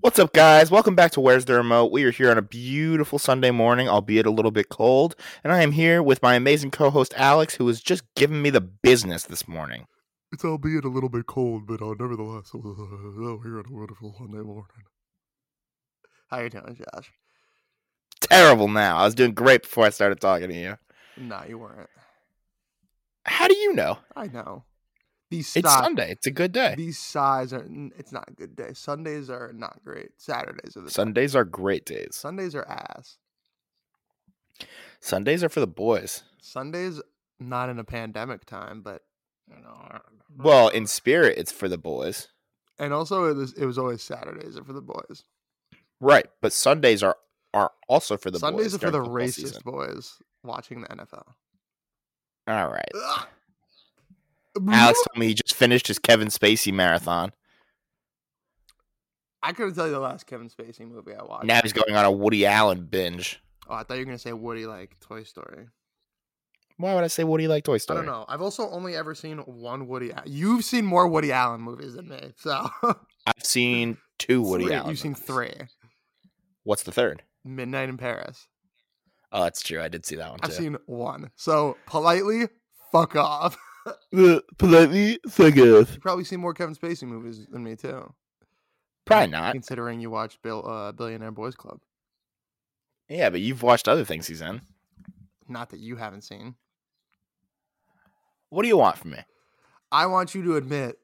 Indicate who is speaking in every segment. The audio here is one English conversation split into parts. Speaker 1: What's up, guys? Welcome back to Where's the Remote? We are here on a beautiful Sunday morning, albeit a little bit cold, and I am here with my amazing co-host Alex, who has just given me the business this morning.
Speaker 2: It's albeit a little bit cold, but uh, nevertheless, uh, oh, here on a wonderful Sunday morning. How you doing, Josh?
Speaker 1: Terrible now. I was doing great before I started talking to you.
Speaker 2: Nah, you weren't.
Speaker 1: How do you know?
Speaker 2: I know. These
Speaker 1: It's
Speaker 2: si-
Speaker 1: Sunday. It's a good day.
Speaker 2: These size are. n- It's not a good day. Sundays are not great. Saturdays are the Sun-
Speaker 1: Sundays are great days.
Speaker 2: Sundays are ass.
Speaker 1: Sundays are for the boys.
Speaker 2: Sundays not in a pandemic time, but you know.
Speaker 1: Well, in spirit, it's for the boys.
Speaker 2: and also it was, it was always Saturdays are for the boys.
Speaker 1: Right, but Sundays are are also for the boys.
Speaker 2: Sundays are for
Speaker 1: during
Speaker 2: the
Speaker 1: football
Speaker 2: racist
Speaker 1: season.
Speaker 2: boys watching the NFL.
Speaker 1: All right.
Speaker 2: Ugh.
Speaker 1: Alex told me he just finished his Kevin Spacey marathon.
Speaker 2: I couldn't tell you the last Kevin Spacey movie I watched.
Speaker 1: Now he's going on a Woody Allen binge.
Speaker 2: Oh, I thought you were gonna say Woody like Toy Story.
Speaker 1: Why would I say Woody like Toy
Speaker 2: I
Speaker 1: Story?
Speaker 2: don't know. I've also only ever seen one Woody. Al- You've seen more Woody Allen movies than me, so
Speaker 1: I've seen two Woody
Speaker 2: Three-
Speaker 1: Allen.
Speaker 2: You've seen
Speaker 1: movies.
Speaker 2: three.
Speaker 1: What's the third?
Speaker 2: Midnight in Paris.
Speaker 1: Oh, that's true. I did see that one
Speaker 2: I've
Speaker 1: too.
Speaker 2: seen one. So politely, fuck off.
Speaker 1: politely forgive.
Speaker 2: You've probably seen more Kevin Spacey movies than me too.
Speaker 1: Probably not.
Speaker 2: Considering you watched Bill uh, Billionaire Boys Club.
Speaker 1: Yeah, but you've watched other things he's in.
Speaker 2: Not that you haven't seen.
Speaker 1: What do you want from me?
Speaker 2: I want you to admit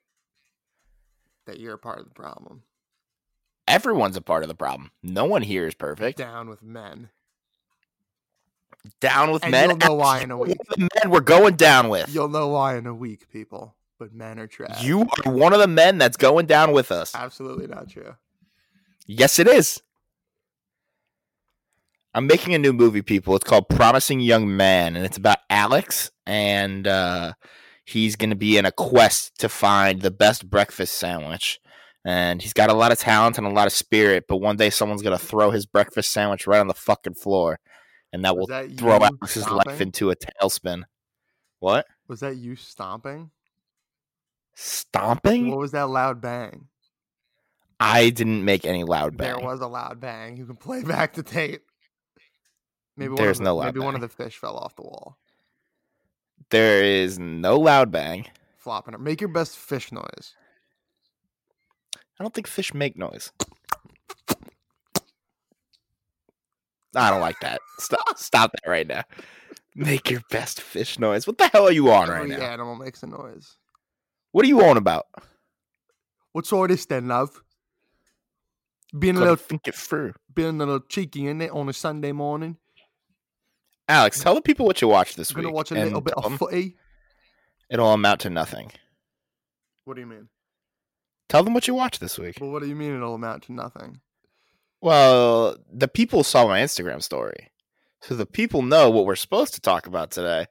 Speaker 2: that you're a part of the problem.
Speaker 1: Everyone's a part of the problem. No one here is perfect.
Speaker 2: Down with men.
Speaker 1: Down with
Speaker 2: And
Speaker 1: men.
Speaker 2: you'll know
Speaker 1: Alex,
Speaker 2: why in a
Speaker 1: you're one
Speaker 2: week.
Speaker 1: of The men we're going down with.
Speaker 2: You'll know why in a week, people. But men are trash.
Speaker 1: You are one of the men that's going down with us.
Speaker 2: absolutely not true.
Speaker 1: Yes, it is. I'm making a new movie, people. It's called Promising Young Man, and it's about Alex, and uh, he's going to be in a quest to find the best breakfast sandwich. And he's got a lot of talent and a lot of spirit, but one day someone's going to throw his breakfast sandwich right on the fucking floor, and that
Speaker 2: Was
Speaker 1: will
Speaker 2: that
Speaker 1: throw
Speaker 2: you
Speaker 1: Alex's life
Speaker 2: stomping?
Speaker 1: into a tailspin. What?
Speaker 2: Was that you stomping?
Speaker 1: Stomping?
Speaker 2: What was that loud bang?
Speaker 1: I didn't make any loud
Speaker 2: There
Speaker 1: bang.
Speaker 2: was a loud bang. You can play back the tape. Maybe
Speaker 1: There's
Speaker 2: one of the,
Speaker 1: no loud
Speaker 2: Maybe one of the fish fell off the wall,
Speaker 1: There is no loud bang.
Speaker 2: flopping. It. Make your best fish noise.
Speaker 1: I don't think fish make noise. I don't like that. Stop, stop that right now. Make your best fish noise. What the hell are you on right
Speaker 2: Every
Speaker 1: now?
Speaker 2: animal makes a noise.
Speaker 1: What are you on about?
Speaker 2: What's all this then, love? Being a
Speaker 1: Couldn't
Speaker 2: little,
Speaker 1: think it through.
Speaker 2: being a little cheeky in it on a Sunday morning.
Speaker 1: Alex, tell the people what you watched this
Speaker 2: I'm gonna
Speaker 1: week.
Speaker 2: watch a
Speaker 1: and um
Speaker 2: little bit
Speaker 1: tell
Speaker 2: of
Speaker 1: 'em
Speaker 2: footy.
Speaker 1: It'll amount to nothing.
Speaker 2: What do you mean?
Speaker 1: Tell them what you watched this week.
Speaker 2: Well, what do you mean it'll amount to nothing?
Speaker 1: Well, the people saw my Instagram story. So the people know what we're supposed to talk about today.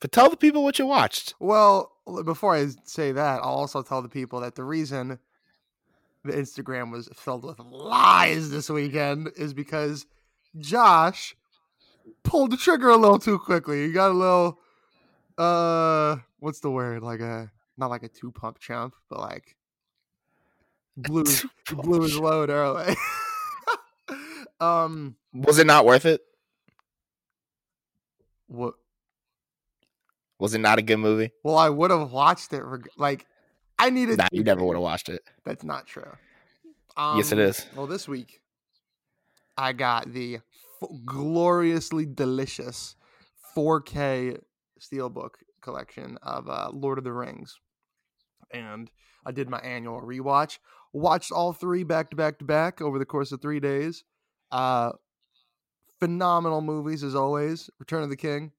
Speaker 1: But tell the people what you watched.
Speaker 2: Well, l- before I say that, I'll also tell the people that the reason the Instagram was filled with lies this weekend is because Josh pulled the trigger a little too quickly. You got a little uh what's the word? Like a not like a two pump chump, but like blew his, he blew his load early. um
Speaker 1: Was it not worth it?
Speaker 2: what
Speaker 1: Was it not a good movie?
Speaker 2: well I would have watched it reg- like I needed
Speaker 1: Nah, you never
Speaker 2: feedback.
Speaker 1: would have watched it.
Speaker 2: That's not true.
Speaker 1: Yes, it
Speaker 2: Um,
Speaker 1: is.
Speaker 2: Well, this week I got the f- gloriously delicious 4K steelbook collection of uh, Lord of the Rings, and I did my annual rewatch. Watched all three back to back to back over the course of three days. Uh, phenomenal movies as always. Return of the King,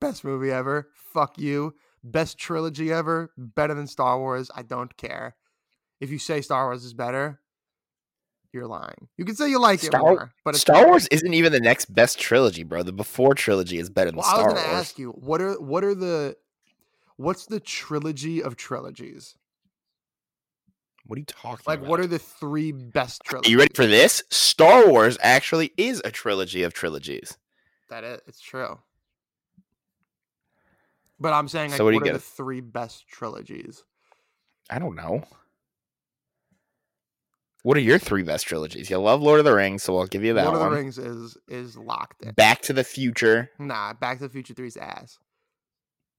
Speaker 2: best movie ever. Fuck you, best trilogy ever. Better than Star Wars. I don't care if you say Star Wars is better, you're lying. You can say you like
Speaker 1: Star-
Speaker 2: it more, but
Speaker 1: But
Speaker 2: it's
Speaker 1: Star Wars isn't even the next best trilogy, bro. The before trilogy is better than
Speaker 2: Well, I was
Speaker 1: Star
Speaker 2: going to
Speaker 1: Wars.
Speaker 2: ask you what are what are the what's the trilogy of trilogies?
Speaker 1: what are you talking
Speaker 2: Like,
Speaker 1: about?
Speaker 2: what are the three best trilogies?
Speaker 1: Oh you ready for this? Star Wars actually is a trilogy of trilogies.
Speaker 2: that? Is, it's true. But I'm saying, like,
Speaker 1: So what
Speaker 2: what,
Speaker 1: do you
Speaker 2: are the
Speaker 1: get?
Speaker 2: three best trilogies?
Speaker 1: I don't know. What are your three best trilogies? You love Lord of the Rings, so I'll give you that
Speaker 2: Lord of
Speaker 1: one.
Speaker 2: the Rings is is locked in.
Speaker 1: Back to the Future.
Speaker 2: Nah, Back to the Future 3's ass.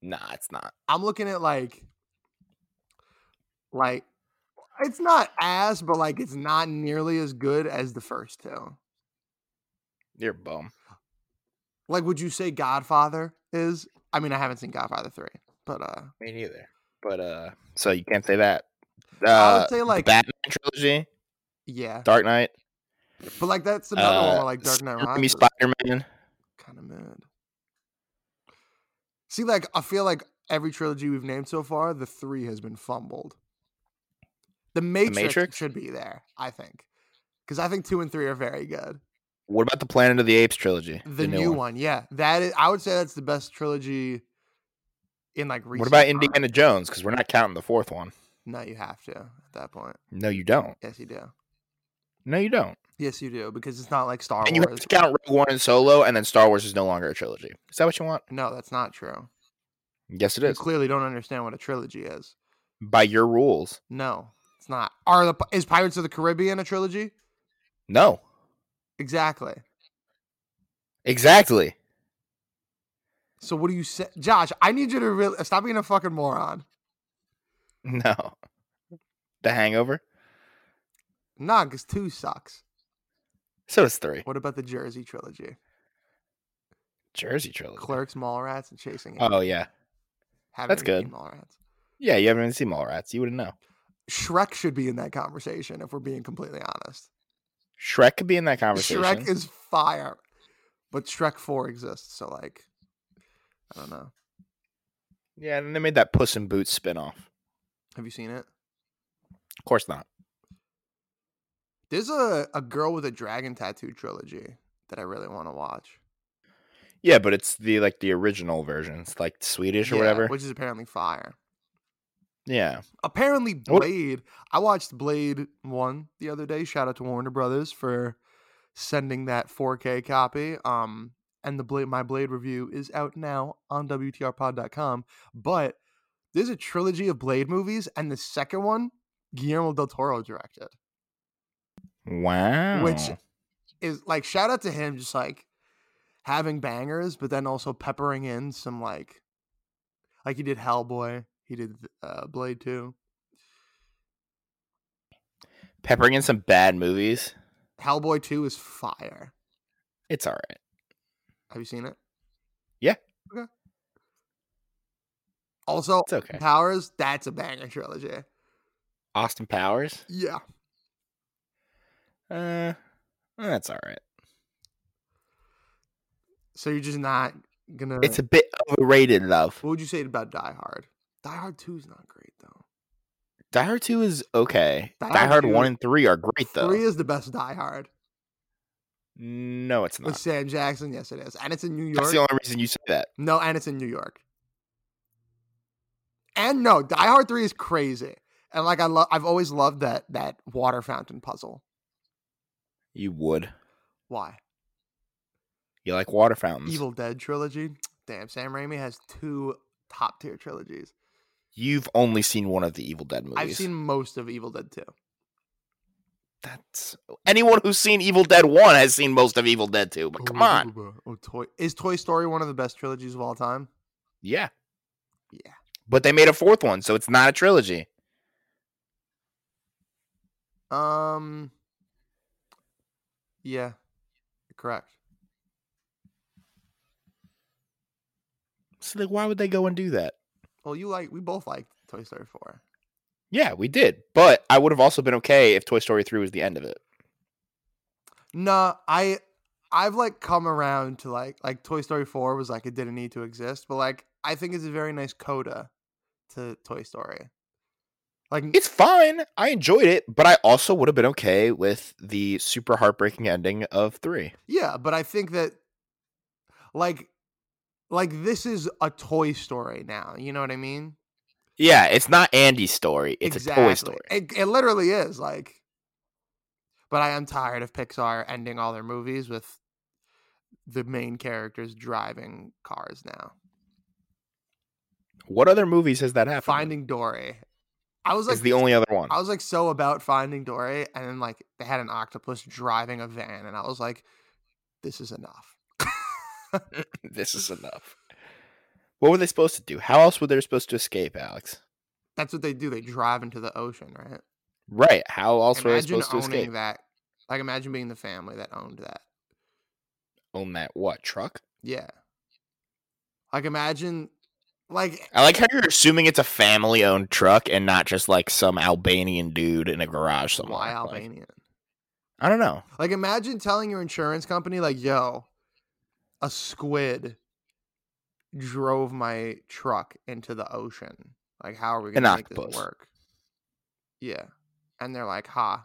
Speaker 1: Nah, it's not.
Speaker 2: I'm looking at like like it's not ass, but like it's not nearly as good as the first two.
Speaker 1: You're a bum.
Speaker 2: Like would you say Godfather is? I mean, I haven't seen Godfather 3, but uh
Speaker 1: Me neither. But uh, so you can't say that. Uh,
Speaker 2: I would say like
Speaker 1: the Batman trilogy,
Speaker 2: yeah.
Speaker 1: Dark Knight,
Speaker 2: But like that's another one
Speaker 1: uh,
Speaker 2: where like Dark Knight
Speaker 1: Raimi
Speaker 2: Rises
Speaker 1: Spider Man.
Speaker 2: kind of mad. See like I feel like every trilogy we've named so far, the 3 has been fumbled. The Matrix,
Speaker 1: Matrix?
Speaker 2: should be there, I think. Cuz I think 2 and 3 are very good.
Speaker 1: What about the Planet of the Apes trilogy?
Speaker 2: The, new, one. yeah. That is, I would say that's the best trilogy in like recent.
Speaker 1: What about
Speaker 2: times.
Speaker 1: Indiana Jones? Because we're not counting the fourth one.
Speaker 2: No, you have to at that point.
Speaker 1: No, you don't.
Speaker 2: Yes, you do.
Speaker 1: No, you don't.
Speaker 2: Yes, you do because it's not like Star
Speaker 1: and you have
Speaker 2: Wars.
Speaker 1: to count Rogue One and Solo, and then Star Wars is no longer a trilogy. Is that what you want?
Speaker 2: No, that's not true.
Speaker 1: Yes, it
Speaker 2: You
Speaker 1: is.
Speaker 2: clearly don't understand what a trilogy is.
Speaker 1: By your rules,
Speaker 2: No, it's not. Are the is Pirates of the Caribbean a trilogy?
Speaker 1: no.
Speaker 2: Exactly.
Speaker 1: Exactly.
Speaker 2: So what do you say, Josh? I need you to really stop being a fucking moron.
Speaker 1: No. The Hangover.
Speaker 2: Nah, because two sucks.
Speaker 1: So does three.
Speaker 2: What about the Jersey trilogy?
Speaker 1: Jersey trilogy.
Speaker 2: Clerks, Mallrats, and Chasing. Amy.
Speaker 1: Oh yeah,
Speaker 2: Haven't
Speaker 1: that's
Speaker 2: even seen Mallrats.
Speaker 1: yeah. You haven't even seen Mallrats. You wouldn't know.
Speaker 2: Shrek should be in that conversation if we're being completely honest.
Speaker 1: Shrek could be in that conversation.
Speaker 2: Shrek is fire, but Shrek 4 exists, so like I don't know.
Speaker 1: yeah, and they made that Puss in Boots spinoff.
Speaker 2: Have you seen it?
Speaker 1: Of course not.
Speaker 2: There's a, a girl with a dragon tattoo trilogy that I really want to watch.
Speaker 1: Yeah, but it's the like the original version. It's like Swedish or
Speaker 2: Yeah,
Speaker 1: whatever.
Speaker 2: Which is apparently fire.
Speaker 1: yeah.
Speaker 2: Apparently
Speaker 1: What-
Speaker 2: Blade. I watched Blade 1 the other day. Shout out to Warner Brothers for sending that 4K copy. Um and the Blade my Blade review is out now on WTRpod.com. But there's a trilogy of Blade movies, and the second one, Guillermo del Toro directed.
Speaker 1: Wow.
Speaker 2: Which is like shout out to him just like having bangers but then also peppering in some like like he did hellboy he did uh blade 2
Speaker 1: peppering in some bad movies.
Speaker 2: hellboy 2 is fire
Speaker 1: It's all right.
Speaker 2: have you seen it
Speaker 1: Yeah.
Speaker 2: okay also
Speaker 1: It's okay.
Speaker 2: powers that's a banger trilogy
Speaker 1: Austin Powers.
Speaker 2: yeah
Speaker 1: Uh, that's all right.
Speaker 2: so you're just not gonna
Speaker 1: It's a bit overrated, love.
Speaker 2: what would you say about die hard die hard 2 is not great though
Speaker 1: Die Hard Two is okay.
Speaker 2: Die
Speaker 1: Die,
Speaker 2: Hard
Speaker 1: Hard
Speaker 2: 2
Speaker 1: One and Three are great though.
Speaker 2: three is the best die hard
Speaker 1: No, it's
Speaker 2: with
Speaker 1: not.
Speaker 2: sam jackson yes it is and it's in new york
Speaker 1: That's the only reason you say that.
Speaker 2: No, and it's in New York. And no, Die Hard Three is crazy. And like I love, I've always loved that that water fountain puzzle.
Speaker 1: You would.
Speaker 2: Why?
Speaker 1: You like water fountains.
Speaker 2: Evil Dead trilogy. Damn, Sam Raimi has two top tier trilogies.
Speaker 1: You've only seen one of the Evil Dead movies.
Speaker 2: I've seen most of Evil Dead Two.
Speaker 1: that's anyone who's seen Evil Dead One has seen most of Evil Dead Two. But come on,
Speaker 2: Oh, toy is Toy Story one of the best trilogies of all time?
Speaker 1: yeah,
Speaker 2: Yeah.
Speaker 1: But they made a fourth one, so it's not a trilogy.
Speaker 2: Um. Yeah, correct.
Speaker 1: So like, why would they go and do that?
Speaker 2: Well, you like we both liked Toy Story Four.
Speaker 1: Yeah, we did. But I would have also been okay if Toy Story Three was the end of it.
Speaker 2: No, I I've like come around to like like Toy Story 4 was like it didn't need to exist, but like I think it's a very nice coda to Toy Story. Like
Speaker 1: It's fine. I enjoyed it, but I also would have been okay with the super heartbreaking ending of Three.
Speaker 2: yeah, but I think that like like this is a Toy Story now, you know what I mean?
Speaker 1: Yeah, it's not Andy's story. It's a Toy Story.
Speaker 2: It it literally is like but I am tired of Pixar ending all their movies with the main characters driving cars now.
Speaker 1: What other movies has that happened?
Speaker 2: Finding Dory I was like
Speaker 1: is the only other one.
Speaker 2: I was like so about finding Dory, and then like they had an octopus driving a van, and I was like, this is enough.
Speaker 1: Eh. this is enough. What were they supposed to do? How else were they supposed to escape, Alex?
Speaker 2: That's what they do. They drive into the ocean, right?
Speaker 1: Right. How else were they
Speaker 2: imagine
Speaker 1: supposed to
Speaker 2: owning
Speaker 1: escape?
Speaker 2: that. Like imagine being the family that owned that.
Speaker 1: Own that what truck?
Speaker 2: Yeah. Like imagine like
Speaker 1: I like how you're assuming it's a family-owned truck and not just like some Albanian dude in a garage somewhere.
Speaker 2: why
Speaker 1: Like,
Speaker 2: Albanian?
Speaker 1: I don't know.
Speaker 2: Like imagine telling your insurance company like, "Yo, a squid drove my truck into the ocean. Like how are we
Speaker 1: An
Speaker 2: going to make
Speaker 1: octopus.
Speaker 2: this work?" Yeah. And they're like, "Ha."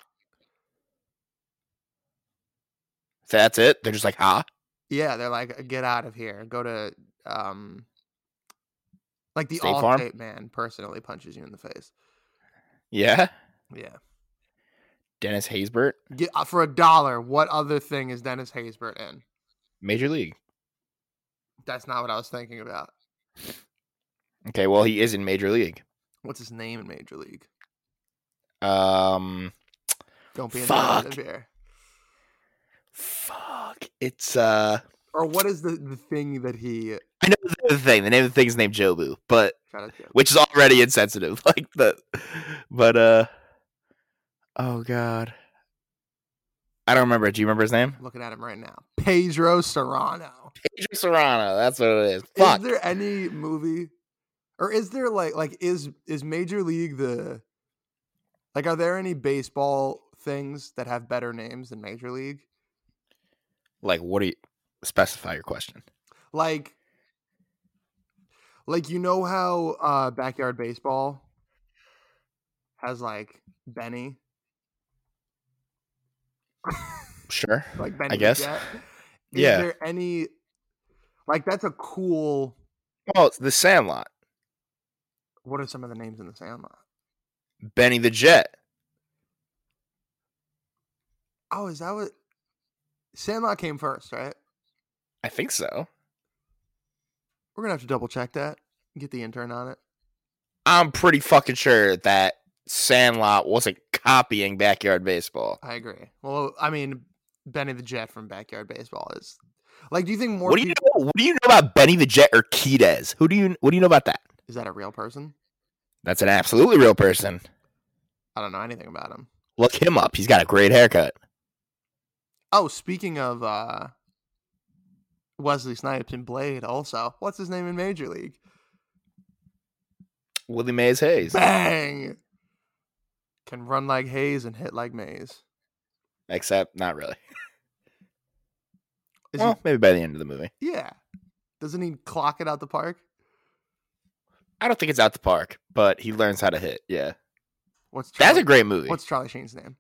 Speaker 1: That's it. They're just like, ah,
Speaker 2: Yeah, they're like, "Uh, "Get out of here. Go to um like the
Speaker 1: State Farm?
Speaker 2: Allstate man personally punches you in the face."
Speaker 1: yeah.
Speaker 2: Yeah.
Speaker 1: Dennis Haysbert,
Speaker 2: Get, uh, for a dollar, what other thing is Dennis Haysbert in?
Speaker 1: Major League.
Speaker 2: That's not what I was thinking about.
Speaker 1: Okay, well he is in Major League.
Speaker 2: What's his name in Major League?
Speaker 1: Um,
Speaker 2: Don't be
Speaker 1: Fuck.
Speaker 2: in here.
Speaker 1: fuck. It's uh,
Speaker 2: Or what is the, the thing that he
Speaker 1: I know the name of the thing. The name of the thing's named Jobu, but
Speaker 2: shout out to?
Speaker 1: which is already insensitive. Like the, but uh, oh god, I don't remember. Do you remember his name?
Speaker 2: Looking at him right now, Pedro Serrano.
Speaker 1: Pedro Serrano. That's what it is. Fuck.
Speaker 2: Is there any movie, or is there like like is is Major League the like are there any baseball things that have better names than Major League?
Speaker 1: like, what do you specify your question?
Speaker 2: Like, like you know how uh backyard baseball has like Benny,
Speaker 1: Sure.
Speaker 2: like Benny. the
Speaker 1: guess.
Speaker 2: Jet? Is
Speaker 1: Yeah.
Speaker 2: there any like that's a cool
Speaker 1: Well, it's The Sandlot,
Speaker 2: what are some of the names in the Sandlot?
Speaker 1: Benny the Jet.
Speaker 2: Oh, is that what Sandlot came first, right?
Speaker 1: I think so.
Speaker 2: We're gonna have to double check that. Get the intern on it.
Speaker 1: I'm pretty fucking sure that Sandlot wasn't copying Backyard Baseball.
Speaker 2: I agree. Well, I mean, Benny the Jet from Backyard Baseball is like. Do you think more?
Speaker 1: What do you
Speaker 2: peop-
Speaker 1: know? What do you know about Benny the Jet or Quidez? Who do you What do you know about that?
Speaker 2: is that a real person?
Speaker 1: That's an absolutely real person.
Speaker 2: I don't know anything about him.
Speaker 1: Look him up. He's got a great haircut.
Speaker 2: Oh, speaking of uh Wesley Snipes and Blade, also, what's his name in Major League?
Speaker 1: Willie Mays Hayes.
Speaker 2: Bang! Can run like Hayes and hit like Mays.
Speaker 1: Except not really.
Speaker 2: Is
Speaker 1: Well, maybe by the end of the movie.
Speaker 2: he, yeah. Doesn't he clock it out the park?
Speaker 1: I don't think it's out the park, but he learns how to hit. Yeah.
Speaker 2: What's
Speaker 1: That's a
Speaker 2: Charlie-
Speaker 1: great movie.
Speaker 2: What's Charlie Sheen's name?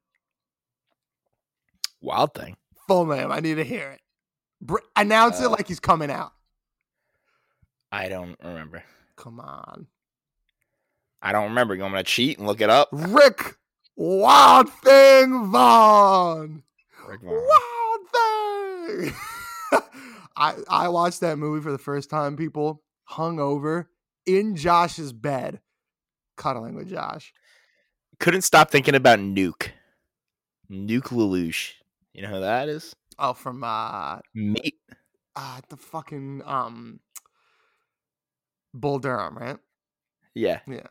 Speaker 1: Wild Thing.
Speaker 2: Full name. I need to hear it. Br- announce it
Speaker 1: Uh,
Speaker 2: like he's coming out.
Speaker 1: I don't remember.
Speaker 2: Come on,
Speaker 1: I don't remember. You want me to cheat and look it up?
Speaker 2: Rick Wild Thing Vaughn.
Speaker 1: Rick Vaughn.
Speaker 2: Wild Thing. I I watched that movie for the first time. People hung over in Josh's bed, cuddling with Josh.
Speaker 1: Couldn't stop thinking about Nuke. Nuke Lelouch. You know who that is?
Speaker 2: Oh, from uh,
Speaker 1: Mate.
Speaker 2: uh the fucking um Bull Durham, right?
Speaker 1: Yeah.
Speaker 2: Yeah.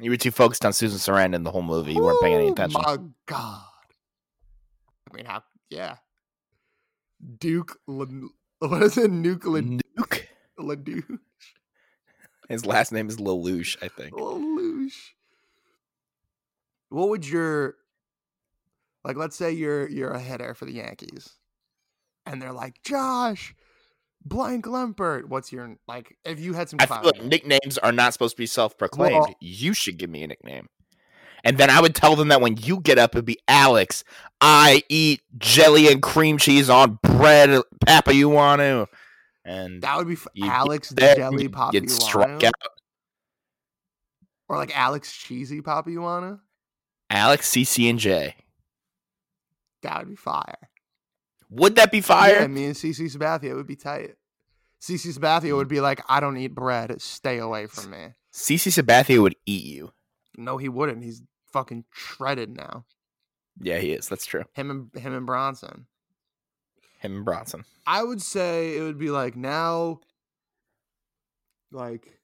Speaker 1: You were too focused on Susan Sarandon the whole movie. You weren't paying any
Speaker 2: Oh
Speaker 1: attention.
Speaker 2: My God. I mean, how? Yeah. Duke. Lem- what is it? Nuke Lem-
Speaker 1: Nuke.
Speaker 2: Leduc-
Speaker 1: His last name is Lelouch, I think.
Speaker 2: Lelouch. What would your like? Let's say you're you're a hitter for the Yankees, and they're like Josh, blank Lempert. What's your like? If you had some,
Speaker 1: I feel
Speaker 2: clout
Speaker 1: like
Speaker 2: in it,
Speaker 1: nicknames are not supposed to be self-proclaimed.
Speaker 2: Well-
Speaker 1: you should give me a nickname. And then I would tell them that when you get up, it'd be Alex. I eat jelly and cream cheese on bread, Papa. You want to? And
Speaker 2: that would be f-
Speaker 1: you get
Speaker 2: Alex
Speaker 1: there,
Speaker 2: Jelly
Speaker 1: you'd
Speaker 2: Papa
Speaker 1: get struck out.
Speaker 2: or like Alex Cheesy Papa Yuana.
Speaker 1: Alex, CC, and J.
Speaker 2: That would be fire.
Speaker 1: Would that be
Speaker 2: Yeah,
Speaker 1: fire?
Speaker 2: me and CC Sabathia would be tight. CC Sabathia would be like, I don't eat bread. Stay away from me.
Speaker 1: CC Sabathia would eat you.
Speaker 2: No, he wouldn't. He's fucking shredded now.
Speaker 1: Yeah, he is. That's true.
Speaker 2: Him and him and Bronson.
Speaker 1: Him and Bronson.
Speaker 2: I would say it would be like now, like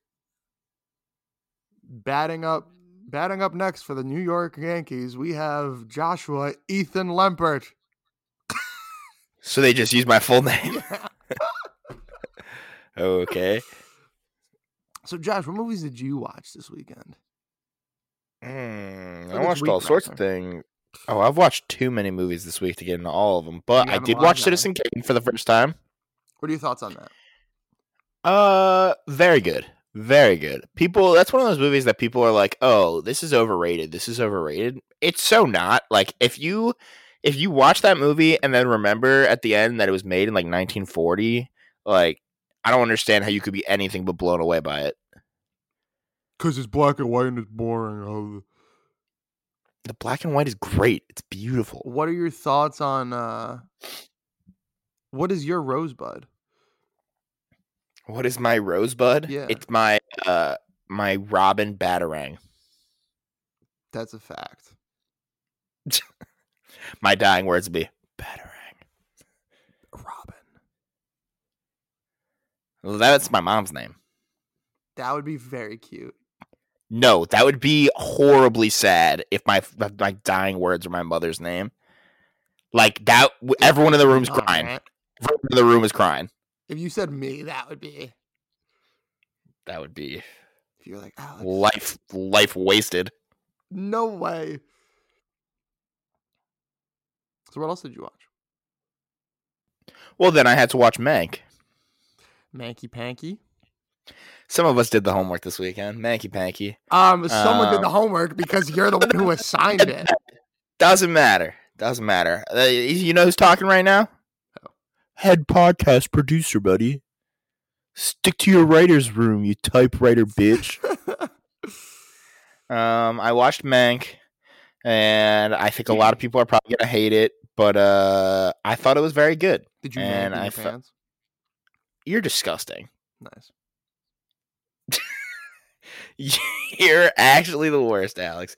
Speaker 2: batting up, batting up next for the New York Yankees. We have Joshua Ethan Lempert.
Speaker 1: So they just used my full name. okay.
Speaker 2: So, Josh, what movies did you watch this weekend?
Speaker 1: Mm, Hmm,
Speaker 2: Look,
Speaker 1: I
Speaker 2: it's
Speaker 1: watched all
Speaker 2: weak
Speaker 1: sorts of
Speaker 2: matter.
Speaker 1: things. Oh, I've watched too many movies this week to get into all of them, but
Speaker 2: You
Speaker 1: I
Speaker 2: haven't
Speaker 1: did
Speaker 2: watched
Speaker 1: watch
Speaker 2: any.
Speaker 1: Citizen Kane for the first time.
Speaker 2: What are your thoughts on that?
Speaker 1: Uh, very good. Very good. People, that's one of those movies that people are like, "Oh, this is overrated. This is overrated." It's so not. Like if you if you watch that movie and then remember at the end that it was made in like 1940, like I don't understand how you could be anything but blown away by it.
Speaker 2: Because it's black and white and it's boring. Oh.
Speaker 1: The black and white is great. It's beautiful.
Speaker 2: What are your thoughts on uh what is your rosebud?
Speaker 1: What is my rosebud?
Speaker 2: Yeah.
Speaker 1: It's my uh my Robin Batarang.
Speaker 2: That's a fact.
Speaker 1: My dying words would be Batarang.
Speaker 2: Robin.
Speaker 1: Well, that's my mom's name.
Speaker 2: That would be very cute.
Speaker 1: No, that would be horribly sad if my if my dying words were my mother's name. Like that, w- everyone in the room's
Speaker 2: Come on,
Speaker 1: crying.
Speaker 2: man.
Speaker 1: Everyone in the room is crying.
Speaker 2: If you said me, that would be
Speaker 1: That would be
Speaker 2: if you're like Alex.
Speaker 1: life life wasted.
Speaker 2: No way. So what else did you watch?
Speaker 1: Well, then I had to watch Mank.
Speaker 2: Manky Panky.
Speaker 1: Some of us did the homework this weekend. Manky Panky
Speaker 2: Um, someone did the
Speaker 1: Um,
Speaker 2: homework because you're the one who assigned it.
Speaker 1: doesn't matter. Doesn't matter. Uh, you know who's talking right now? Head podcast producer, buddy. Stick to your writer's room, you typewriter bitch. Um, I watched Mank, and I think a lot of people are probably gonna hate it, but uh, I thought it was very good.
Speaker 2: did you
Speaker 1: And
Speaker 2: mank in
Speaker 1: I
Speaker 2: your
Speaker 1: fe-
Speaker 2: pants?
Speaker 1: You're disgusting.
Speaker 2: Nice.
Speaker 1: You're actually the worst, Alex.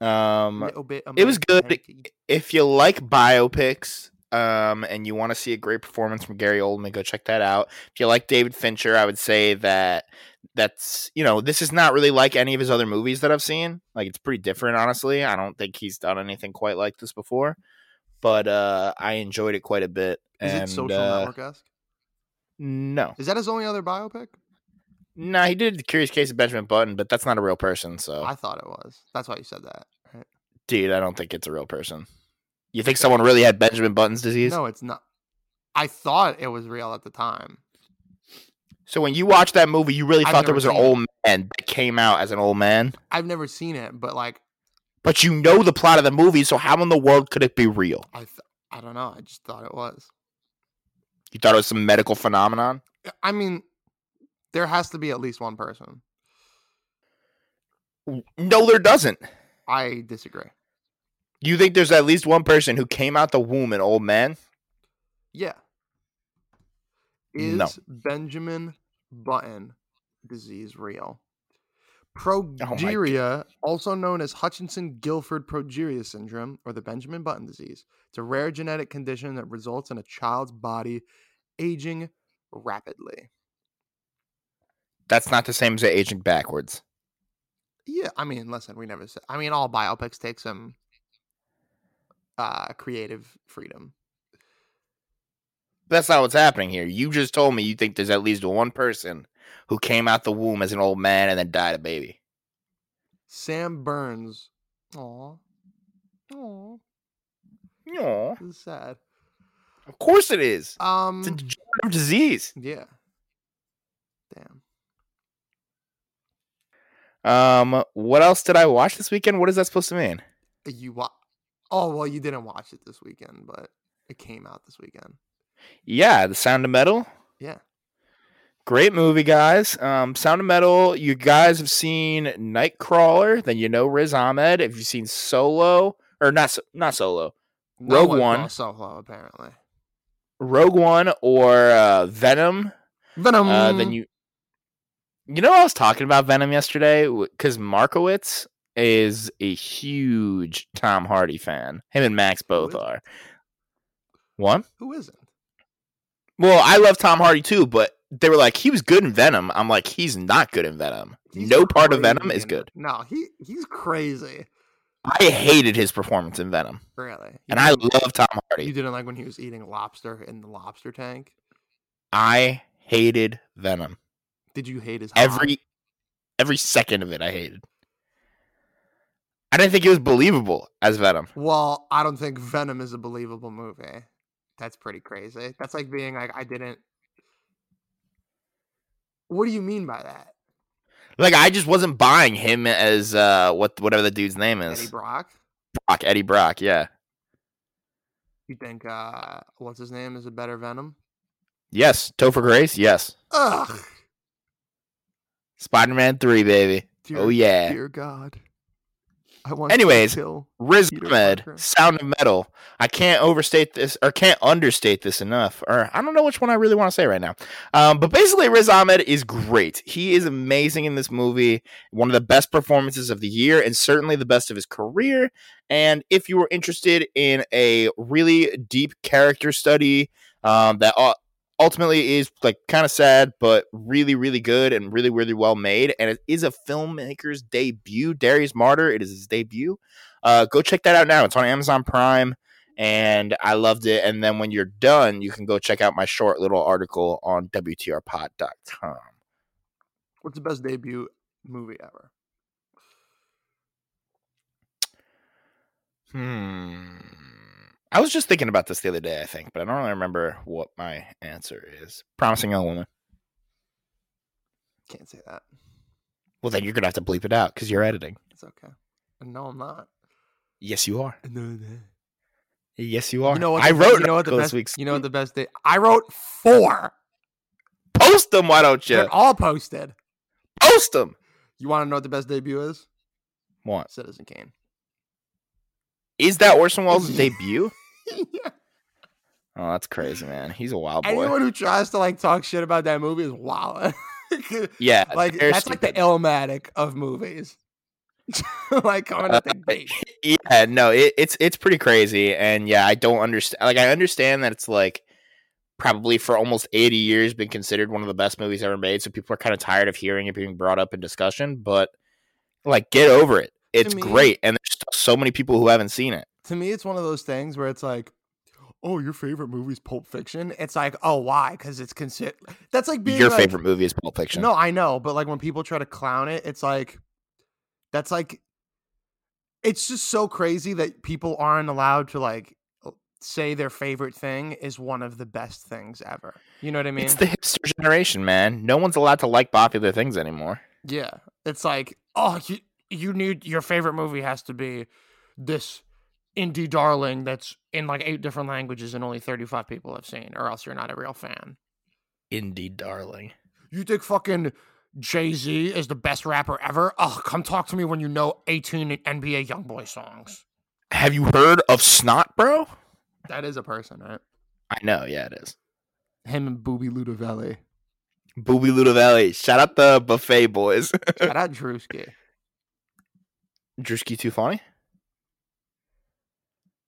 Speaker 1: Um,
Speaker 2: Little bit of
Speaker 1: it was
Speaker 2: manky
Speaker 1: good.
Speaker 2: panky.
Speaker 1: if you like biopics, um, and you want to see a great performance from Gary Oldman, go check that out. If you like David Fincher, I would say that that's you know this is not really like any of his other movies that I've seen. Like it's pretty different, honestly. I don't think he's done anything quite like this before, but uh, I enjoyed it quite a bit.
Speaker 2: Is
Speaker 1: and,
Speaker 2: it social
Speaker 1: uh,
Speaker 2: network esque?
Speaker 1: No,
Speaker 2: Is that his only other biopic?
Speaker 1: no, he did the Curious Case of Benjamin Button, but that's not a real person. So,
Speaker 2: I thought it was. That's why you said that. Right?
Speaker 1: dude, I don't think it's a real person. You think someone really had Benjamin Button's disease?
Speaker 2: No, it's not. I thought it was real at the time.
Speaker 1: So when you watched that movie, you really
Speaker 2: I've
Speaker 1: thought there was
Speaker 2: never
Speaker 1: an
Speaker 2: seen it.
Speaker 1: old man that came out as an old man,
Speaker 2: I've never seen it, but like
Speaker 1: but you know the plot of the movie. So how in the world could it be real?
Speaker 2: I, th- I don't know. I just thought it was.
Speaker 1: You thought it was some medical phenomenon?
Speaker 2: I mean, there has to be at least one person.
Speaker 1: No, there doesn't.
Speaker 2: I disagree.
Speaker 1: You think there's at least one person who came out the womb an old man?
Speaker 2: Yeah. Is
Speaker 1: No.
Speaker 2: Benjamin Button disease real?
Speaker 1: Oh
Speaker 2: Progeria, also known as Hutchinson Gilford progeria syndrome or the Benjamin Button disease, it's a rare genetic condition that results in a child's body aging rapidly.
Speaker 1: That's not the same as aging backwards.
Speaker 2: Yeah, I mean, listen, we never said. I mean, all biopics take some uh, creative freedom.
Speaker 1: That's not what's happening here. You just told me you think there's at least one person who came out the womb as an old man and then died a baby.
Speaker 2: Sam Burns, aw, aw,
Speaker 1: No,
Speaker 2: this is sad.
Speaker 1: of course it is.
Speaker 2: Um,
Speaker 1: It's a degenerative disease.
Speaker 2: yeah, damn.
Speaker 1: Um, what else did I watch this weekend? What is that supposed to mean?
Speaker 2: Uh, You wa- Oh well, you didn't watch it this weekend, but it came out this weekend.
Speaker 1: Yeah, The Sound of Metal.
Speaker 2: Yeah.
Speaker 1: Great movie, guys. Um, Sound of Metal, you guys have seen Nightcrawler, then you know Riz Ahmed. If you've seen Solo, or not, So- not Solo, Rogue
Speaker 2: one
Speaker 1: One.
Speaker 2: saw Solo apparently.
Speaker 1: Rogue One or uh, Venom,
Speaker 2: Venom.
Speaker 1: uh, then you You know, I was talking about Venom yesterday because Markowitz is a huge Tom Hardy fan. Him and Max both
Speaker 2: is?
Speaker 1: are. What?
Speaker 2: Who isn't?
Speaker 1: Well, I love Tom Hardy too, but they were like, he was good in Venom. I'm like, he's not good in Venom.
Speaker 2: He's
Speaker 1: no part of
Speaker 2: crazy
Speaker 1: Venom is
Speaker 2: in-
Speaker 1: good.
Speaker 2: No, he he's crazy.
Speaker 1: I hated his performance in Venom,
Speaker 2: Really. You
Speaker 1: and I
Speaker 2: didn't-
Speaker 1: love Tom
Speaker 2: You
Speaker 1: Hardy.
Speaker 2: didn't like when he was eating lobster in the lobster tank.
Speaker 1: I hated Venom.
Speaker 2: Did you hate his hot-
Speaker 1: Every every second of it, I hated. I didn't think it was believable as Venom.
Speaker 2: Well, I don't think Venom is a believable movie. That's pretty crazy. That's like being like I didn't. What do you mean by that,
Speaker 1: Like I just wasn't buying him as uh what whatever the dude's name
Speaker 2: Eddie
Speaker 1: is.
Speaker 2: Brock?
Speaker 1: Brock, Eddie Brock, yeah.
Speaker 2: You think uh, what's his name is a better Venom?
Speaker 1: Yes, Topher Grace, yes.
Speaker 2: Ugh.
Speaker 1: Spider-Man 3, baby.
Speaker 2: Dear,
Speaker 1: Oh yeah.
Speaker 2: Dear God. I want. to
Speaker 1: Anyways,
Speaker 2: kill.
Speaker 1: Riz
Speaker 2: Peter
Speaker 1: Ahmed,
Speaker 2: Parker.
Speaker 1: Sound of Metal. I can't overstate this or can't understate this enough. Or I don't know which one I really want to say right now. Um, but basically, Riz Ahmed is great. He is amazing in this movie. One of the best performances of the year, and certainly the best of his career. And if you were interested in a really deep character study um, that u- ultimately is like kind of sad, but really, really good and really, really well made, and it is a filmmaker's debut. Darius Martyr, it is his debut uh, go check that out now. It's on Amazon Prime, and I loved it. And then when you're done, you can go check out my short little article on WTRpod.com.
Speaker 2: What's the best debut movie ever?
Speaker 1: Hmm. I was just thinking about this the other day, I think, but I don't really remember what my answer is. Promising Young Woman.
Speaker 2: Can't say that.
Speaker 1: Well, then you're gonna have to bleep it out because you're editing.
Speaker 2: It's okay. And no, I'm not.
Speaker 1: Yes, you are.
Speaker 2: No, no.
Speaker 1: Yes, you are.
Speaker 2: You know what?
Speaker 1: I
Speaker 2: the be-
Speaker 1: wrote.
Speaker 2: You know what the
Speaker 1: this
Speaker 2: best.
Speaker 1: week's.
Speaker 2: You know what the best day. I wrote four.
Speaker 1: post them. Why don't you
Speaker 2: They're all posted.
Speaker 1: post them?
Speaker 2: You want to know what the best debut is?
Speaker 1: What
Speaker 2: Citizen Kane.
Speaker 1: is that? Orson Welles' debut?
Speaker 2: yeah.
Speaker 1: Oh, that's crazy, man. He's a wild boy.
Speaker 2: Anyone who tries to like talk shit about that movie is wild.
Speaker 1: yeah,
Speaker 2: like
Speaker 1: they're
Speaker 2: that's like the
Speaker 1: stupid.
Speaker 2: Illmatic of movies. like coming
Speaker 1: Uh,
Speaker 2: at the gate.
Speaker 1: yeah no it, it's it's pretty crazy and yeah i don't understand like i understand that it's like probably for almost 80 years been considered one of the best movies ever made so people are kind of tired of hearing it being brought up in discussion but like get over it it's
Speaker 2: me-
Speaker 1: great and there's still so many people who haven't seen it
Speaker 2: To me, it's one of those things where it's like, oh, your favorite movie's Pulp Fiction. It's like, oh, why? Because it's considered. That's like being
Speaker 1: your
Speaker 2: like,
Speaker 1: favorite movie is pulp fiction
Speaker 2: No, I know, but like when people try to clown it, it's like that's like it's just so crazy that people aren't allowed to like say their favorite thing is one of the best things ever. You know what I mean?
Speaker 1: it's the hipster generation man no one's allowed to like popular things anymore
Speaker 2: yeah. It's like, oh, you you need your favorite movie has to be this indie darling that's in like eight different languages and only 35 people have seen or else you're not a real fan.
Speaker 1: indie darling
Speaker 2: You think fucking Jay Z is the best rapper ever? Oh, come talk to me when you know 18 NBA YoungBoy songs.
Speaker 1: have you heard of snot bro
Speaker 2: That is a person, right?
Speaker 1: i know yeah it is
Speaker 2: Him and Booby Ludovelli.
Speaker 1: booby ludovelli shout out the buffet boys
Speaker 2: Shout out Drewski.
Speaker 1: drewski too funny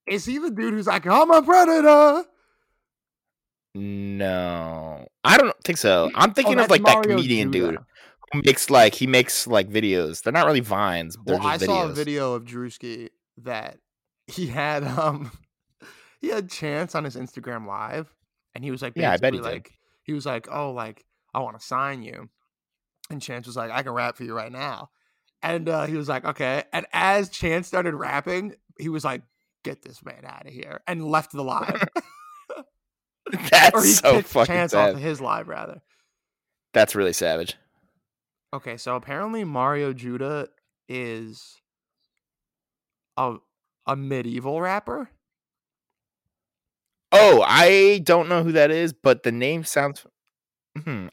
Speaker 2: Is he the dude who's like, I'm a predator?
Speaker 1: No, I don't think so. I'm thinking
Speaker 2: Oh,
Speaker 1: of like
Speaker 2: that's
Speaker 1: that
Speaker 2: Mario
Speaker 1: comedian dude
Speaker 2: Duda.
Speaker 1: who makes like he makes like videos. They're not really vines. They're
Speaker 2: Well, I
Speaker 1: just
Speaker 2: saw
Speaker 1: videos.
Speaker 2: a video of Drewski that he had um he had Chance on his Instagram live and he was like
Speaker 1: Yeah, I bet he
Speaker 2: basically,
Speaker 1: did.
Speaker 2: like he was like, Oh, like I want to sign you. And Chance was like, I can rap for you right now. And uh, he was like, Okay. And as Chance started rapping, he was like, Get this man out of here and left the live. or he
Speaker 1: That's so
Speaker 2: kicked
Speaker 1: fucking
Speaker 2: Chance off
Speaker 1: savage.
Speaker 2: of his live rather.
Speaker 1: That's really savage.
Speaker 2: Okay, so apparently Mario Judah is a a medieval rapper.
Speaker 1: Oh, I don't know who that is, but the name sounds. Hmm.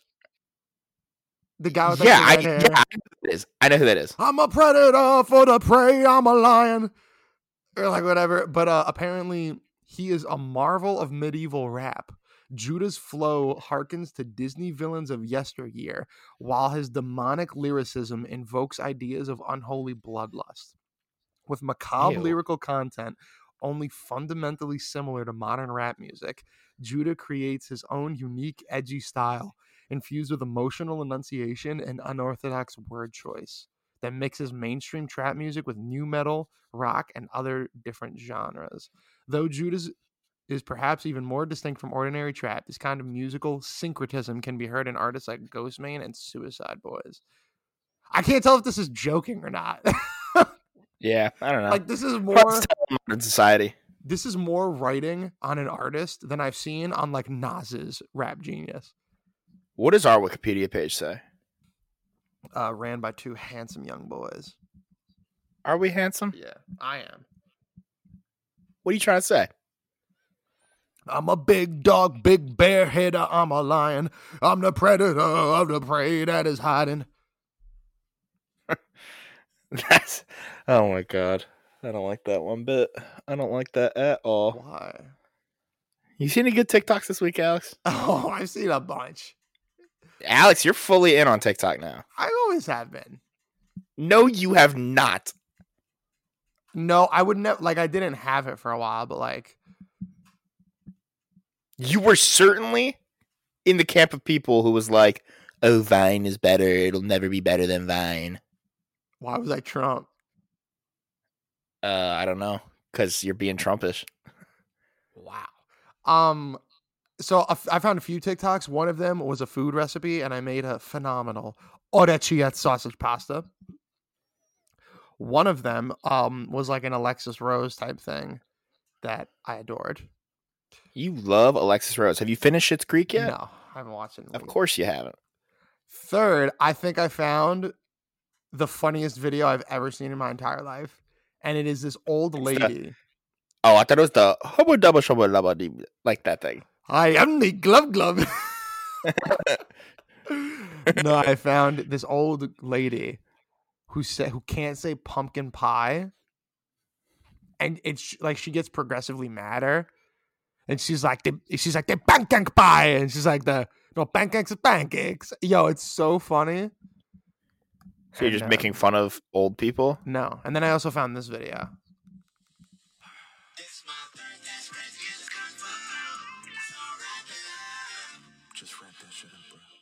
Speaker 2: The guy with like,
Speaker 1: Yeah,
Speaker 2: the
Speaker 1: I
Speaker 2: red
Speaker 1: yeah
Speaker 2: hair.
Speaker 1: I know who that is. I know who that is.
Speaker 2: I'm a predator for the prey. I'm a lion, or like whatever. But uh, apparently, he is a marvel of medieval rap. Judah's flow harkens to Disney villains of yesteryear, while his demonic lyricism invokes ideas of unholy bloodlust. With macabre
Speaker 1: Ew.
Speaker 2: lyrical content only fundamentally similar to modern rap music, Judah creates his own unique, edgy style, infused with emotional enunciation and unorthodox word choice that mixes mainstream trap music with new metal, rock, and other different genres. Though Judas is perhaps even more distinct from ordinary trap, this kind of musical syncretism can be heard in artists like Ghostman and Suicide Boys. I can't tell if this is joking or not.
Speaker 1: Yeah, I don't know.
Speaker 2: like this is
Speaker 1: Well,
Speaker 2: more
Speaker 1: it's tough in modern society.
Speaker 2: this is more writing on an artist than I've seen on like Nas's Rap Genius.
Speaker 1: What does our Wikipedia page say?
Speaker 2: Uh, ran by two handsome young boys.
Speaker 1: Are we handsome?
Speaker 2: Yeah, I am.
Speaker 1: What are you trying to say?
Speaker 2: I'm a big dog, big bear hitter. I'm a lion. I'm the predator of the prey that is hiding.
Speaker 1: That's oh my god. I don't like that one bit. I don't like that at all.
Speaker 2: Why?
Speaker 1: You seen any good TikToks this week, Alex?
Speaker 2: Oh, I've seen a bunch.
Speaker 1: Alex, you're fully in on TikTok now.
Speaker 2: I always have been.
Speaker 1: No, you have not.
Speaker 2: No, I would never. Like, I didn't have it for a while, but like,
Speaker 1: You were certainly in the camp of people who was like, "Oh, Vine is better. It'll never be better than Vine."
Speaker 2: why was I Trump?
Speaker 1: Uh, I don't know, because you're being Trumpish.
Speaker 2: Wow. Um, so I f- I found a few TikToks. One of them was a food recipe, and I made a phenomenal orecchiette sausage pasta. One of them um was like an Alexis Rose type thing that I adored.
Speaker 1: You love Alexis Rose. Have you finished Shit's Creek yet?
Speaker 2: No, I haven't watched it. in a
Speaker 1: Of
Speaker 2: week.
Speaker 1: course you haven't.
Speaker 2: Third, I think I found the funniest video I've ever seen in my entire life, and it is this old
Speaker 1: that?
Speaker 2: lady.
Speaker 1: Oh, I thought it was the hubba double shubba lubba dee- like that thing.
Speaker 2: I am the glove glove. no, I found this old lady who said who can't say pumpkin pie, and it's like she gets progressively madder, and she's like the she's like the pancake pie, and she's like the no pancakes are pancakes. Yo, it's so funny.
Speaker 1: So you're
Speaker 2: And,
Speaker 1: just
Speaker 2: uh,
Speaker 1: making fun of old people.
Speaker 2: no, and then I also found this video.
Speaker 3: Just wrap that shit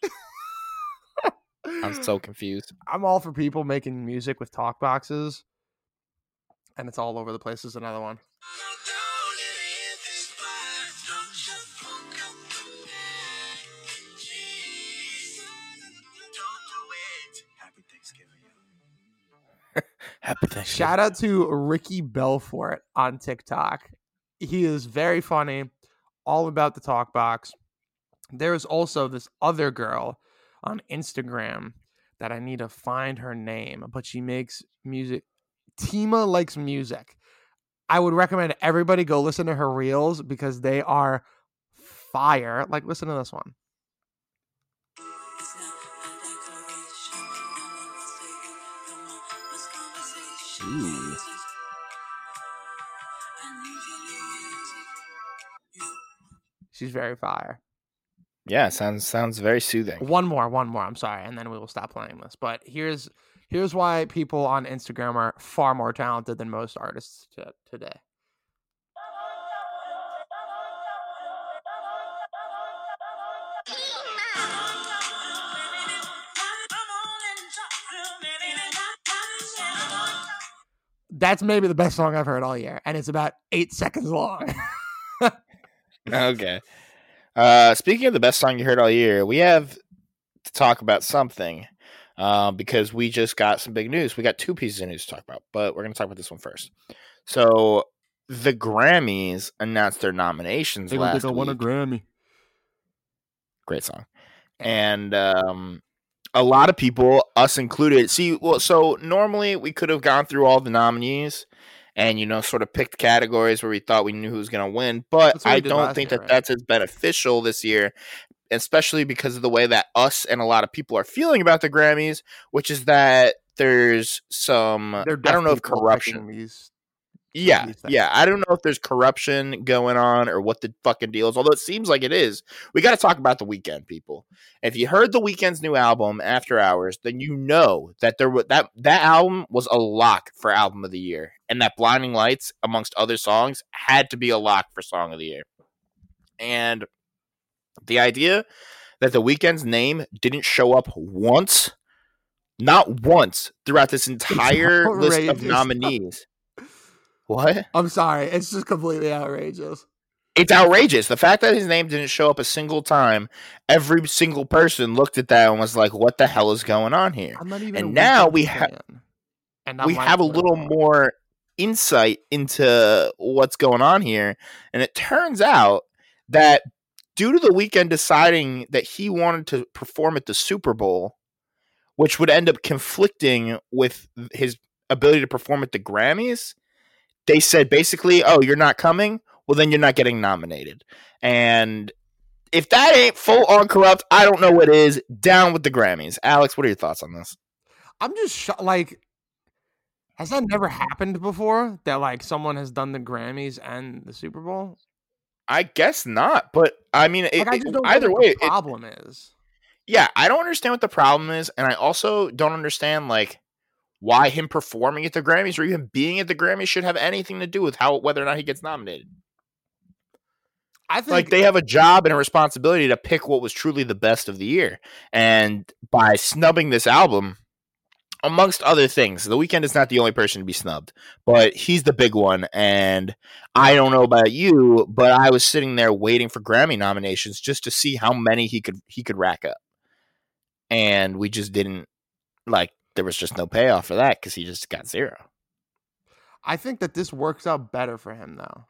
Speaker 3: up, bro.
Speaker 1: I'm so confused.
Speaker 2: I'm all for people making music with talk boxes, and it's all over the place. Is another one.
Speaker 3: Happy Thanksgiving, yo.
Speaker 1: Happy Thanksgiving.
Speaker 2: Shout out to Ricky Belfort on TikTok. He is very funny, all about the talk box. There is also this other girl on Instagram that I need to find her name, but she makes music. Tima likes music. I would recommend everybody go listen to her reels because they are fire. Like, listen to this one.
Speaker 1: Ooh.
Speaker 2: She's very fire.
Speaker 1: Yeah, sounds sounds very soothing.
Speaker 2: One more, one more. I'm sorry, and then we will stop playing this. But here's here's why people on Instagram are far more talented than most artists t- today. That's maybe the best song I've heard all year, and it's about eight seconds long.
Speaker 1: Okay. Uh, speaking of the best song you heard all year, we have to talk about something uh, because we just got some big news. We got two pieces of news to talk about, but we're going to talk about this one first. So the Grammys announced their nominations last week.
Speaker 2: Grammy.
Speaker 1: Great song, and um, a lot of people, us included. See, well, so normally we could have gone through all the nominees. And you know, sort of picked categories where we thought we knew who was going to win, but
Speaker 2: That's what we
Speaker 1: I
Speaker 2: did
Speaker 1: don't
Speaker 2: last
Speaker 1: think
Speaker 2: year,
Speaker 1: that
Speaker 2: right?
Speaker 1: that's as beneficial this year especially because of the way that us and a lot of people are feeling about the Grammys, which is that there's some I
Speaker 2: They're
Speaker 1: don't know if
Speaker 2: deaf people
Speaker 1: corruption.
Speaker 2: picking These
Speaker 1: Yeah,
Speaker 2: these things.
Speaker 1: yeah. I don't know if there's corruption going on or what the fucking deal is, although it seems like it is. We got to talk about the weekend, people. If you heard the weekend's new album, After Hours, then you know that there was that that album was a lock for album of the year, and that Blinding Lights, amongst other songs, had to be a lock for song of the year. And the idea that the weekend's name didn't show up once, not once, throughout this entire list of
Speaker 2: outrageous.
Speaker 1: nominees. What?
Speaker 2: I'm sorry. It's just completely outrageous.
Speaker 1: It's outrageous. The fact that his name didn't show up a single time, every single person looked at that and was like, what the hell is going on here?
Speaker 2: I'm not even.
Speaker 1: And
Speaker 2: a
Speaker 1: now
Speaker 2: Weeknd
Speaker 1: we ha-
Speaker 2: fan. and I'm
Speaker 1: we
Speaker 2: like,
Speaker 1: have a
Speaker 2: what?
Speaker 1: little more insight into what's going on here. And it turns out that due to the weekend deciding that he wanted to perform at the Super Bowl, which would end up conflicting with his ability to perform at the Grammys, they said basically, oh, you're not coming? Well, then you're not getting nominated. And if that ain't full on corrupt, I don't know what is. Down with the Grammys. Alex, what are your thoughts on this?
Speaker 2: I'm just sho like, has that never happened before? That like someone has done the Grammys and the Super Bowl.
Speaker 1: I guess not, but I mean, it,
Speaker 2: Like, I
Speaker 1: it-
Speaker 2: just don't get
Speaker 1: either
Speaker 2: what
Speaker 1: way,
Speaker 2: the
Speaker 1: it-
Speaker 2: problem is.
Speaker 1: yeah, I don't understand what the problem is, and I also don't understand like why him performing at the Grammys or even being at the Grammys should have anything to do with how whether or not he gets nominated.
Speaker 2: I think
Speaker 1: Like they have a job and a responsibility to pick what was truly the best of the year, and by snubbing this album, amongst other things, The Weeknd is not the only person to be snubbed, but he's the big one. And I don't know about you, but I was sitting there waiting for Grammy nominations just to see how many he could he could rack up, and we just didn't like. There was just no payoff for that because he just got zero.
Speaker 2: I think that this works out better for him though.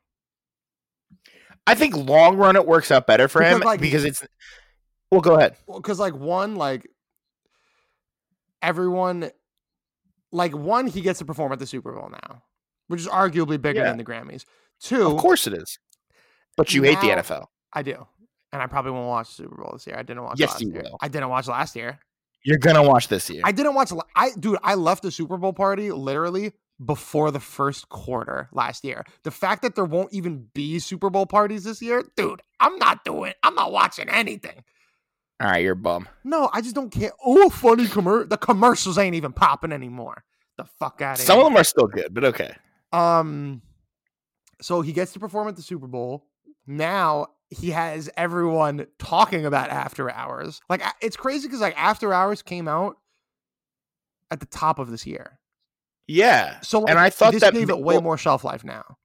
Speaker 1: I think long run it works out better for
Speaker 2: Because,
Speaker 1: him
Speaker 2: like-
Speaker 1: because it's. Well, go ahead.
Speaker 2: Well, because like one, like everyone, like one, he gets to perform at the Super Bowl now, which is arguably bigger
Speaker 1: Yeah.
Speaker 2: than the Grammys. Two,
Speaker 1: Of course it is. But you hate the
Speaker 2: Now-
Speaker 1: NFL.
Speaker 2: I do, and I probably won't watch the Super Bowl this year. I didn't watch.
Speaker 1: Yes,
Speaker 2: last
Speaker 1: you
Speaker 2: year.
Speaker 1: will.
Speaker 2: I didn't watch last year.
Speaker 1: You're gonna watch this year.
Speaker 2: I didn't watch. la- I dude, I left the Super Bowl party literally before the first quarter last year. The fact that there won't even be Super Bowl parties this year, dude, I'm not doing. I'm not watching anything.
Speaker 1: All right, you're a bum.
Speaker 2: No, I just don't care. Oh, funny commercial. The commercials ain't even popping anymore. The fuck out of
Speaker 1: Some of them are still good, but okay.
Speaker 2: Um, so he gets to perform at the Super Bowl. Now he has everyone talking about After Hours. Like I- it's crazy because like After Hours came out at the top of this year,
Speaker 1: Yeah.
Speaker 2: so like,
Speaker 1: and I thought
Speaker 2: this
Speaker 1: that
Speaker 2: gave
Speaker 1: ma-
Speaker 2: it way
Speaker 1: well,
Speaker 2: more shelf life now.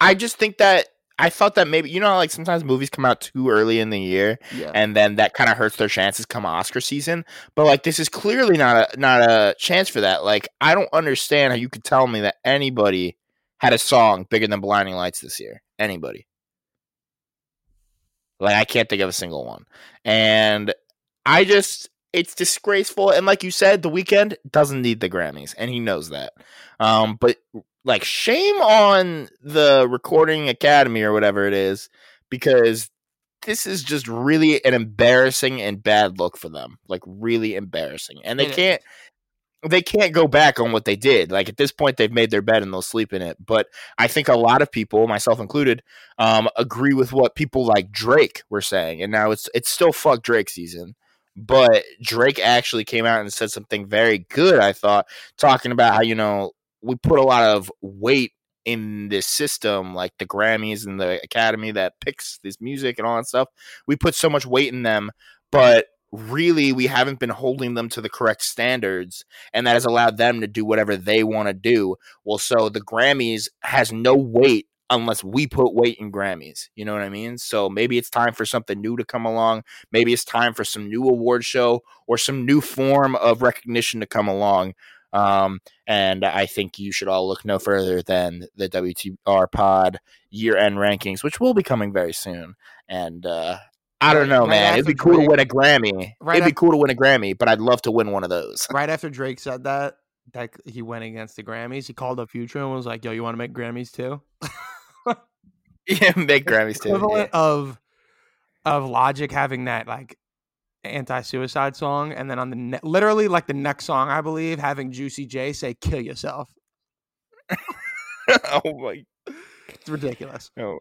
Speaker 1: I just think that I thought that maybe you know how, like sometimes movies come out too early in the year
Speaker 2: Yeah,
Speaker 1: and then that kind of hurts their chances come Oscar season. But like this is clearly not a not a chance for that. Like I don't understand how you could tell me that anybody had a song bigger than Blinding Lights this year. Anybody. Like I can't think of a single one. And I just it's disgraceful and like you said the weekend doesn't need the Grammys and he knows that. Um but like shame on the recording academy or whatever it is because this is just really an embarrassing and bad look for them like really embarrassing and they
Speaker 2: It is.
Speaker 1: can't they can't go back on what they did like at this point they've made their bed and they'll sleep in it but i think a lot of people myself included um, agree with what people like drake were saying and now it's it's still fuck drake season but drake actually came out and said something very good i thought talking about how you know we put a lot of weight in this system, like the Grammys and the Academy that picks this music and all that stuff. We put so much weight in them, but really we haven't been holding them to the correct standards, and that has allowed them to do whatever they want to do. Well, so the Grammys has no weight unless we put weight in Grammys. You know what I mean? So maybe it's time for something new to come along. Maybe it's time for some new award show or some new form of recognition to come along. Um, and I think you should all look no further than the WTR pod year end rankings, which will be coming very soon. And uh, I don't
Speaker 2: Right-
Speaker 1: know,
Speaker 2: right
Speaker 1: man. It'd
Speaker 2: after
Speaker 1: be cool to
Speaker 2: Drake-
Speaker 1: win a Grammy.
Speaker 2: right
Speaker 1: It'd be
Speaker 2: af-
Speaker 1: cool to win a Grammy, but I'd love to win one of those.
Speaker 2: right after Drake said that, that he went against the Grammys. He called up Future and was like, "Yo, you want to make Grammys too?"
Speaker 1: yeah, make Grammys too.
Speaker 2: equivalent
Speaker 1: yeah.
Speaker 2: of of Logic having that like anti-suicide song, and then on the ne- literally like the next song, I believe, having Juicy J say "kill yourself."
Speaker 1: oh my!
Speaker 2: It's ridiculous.
Speaker 1: No,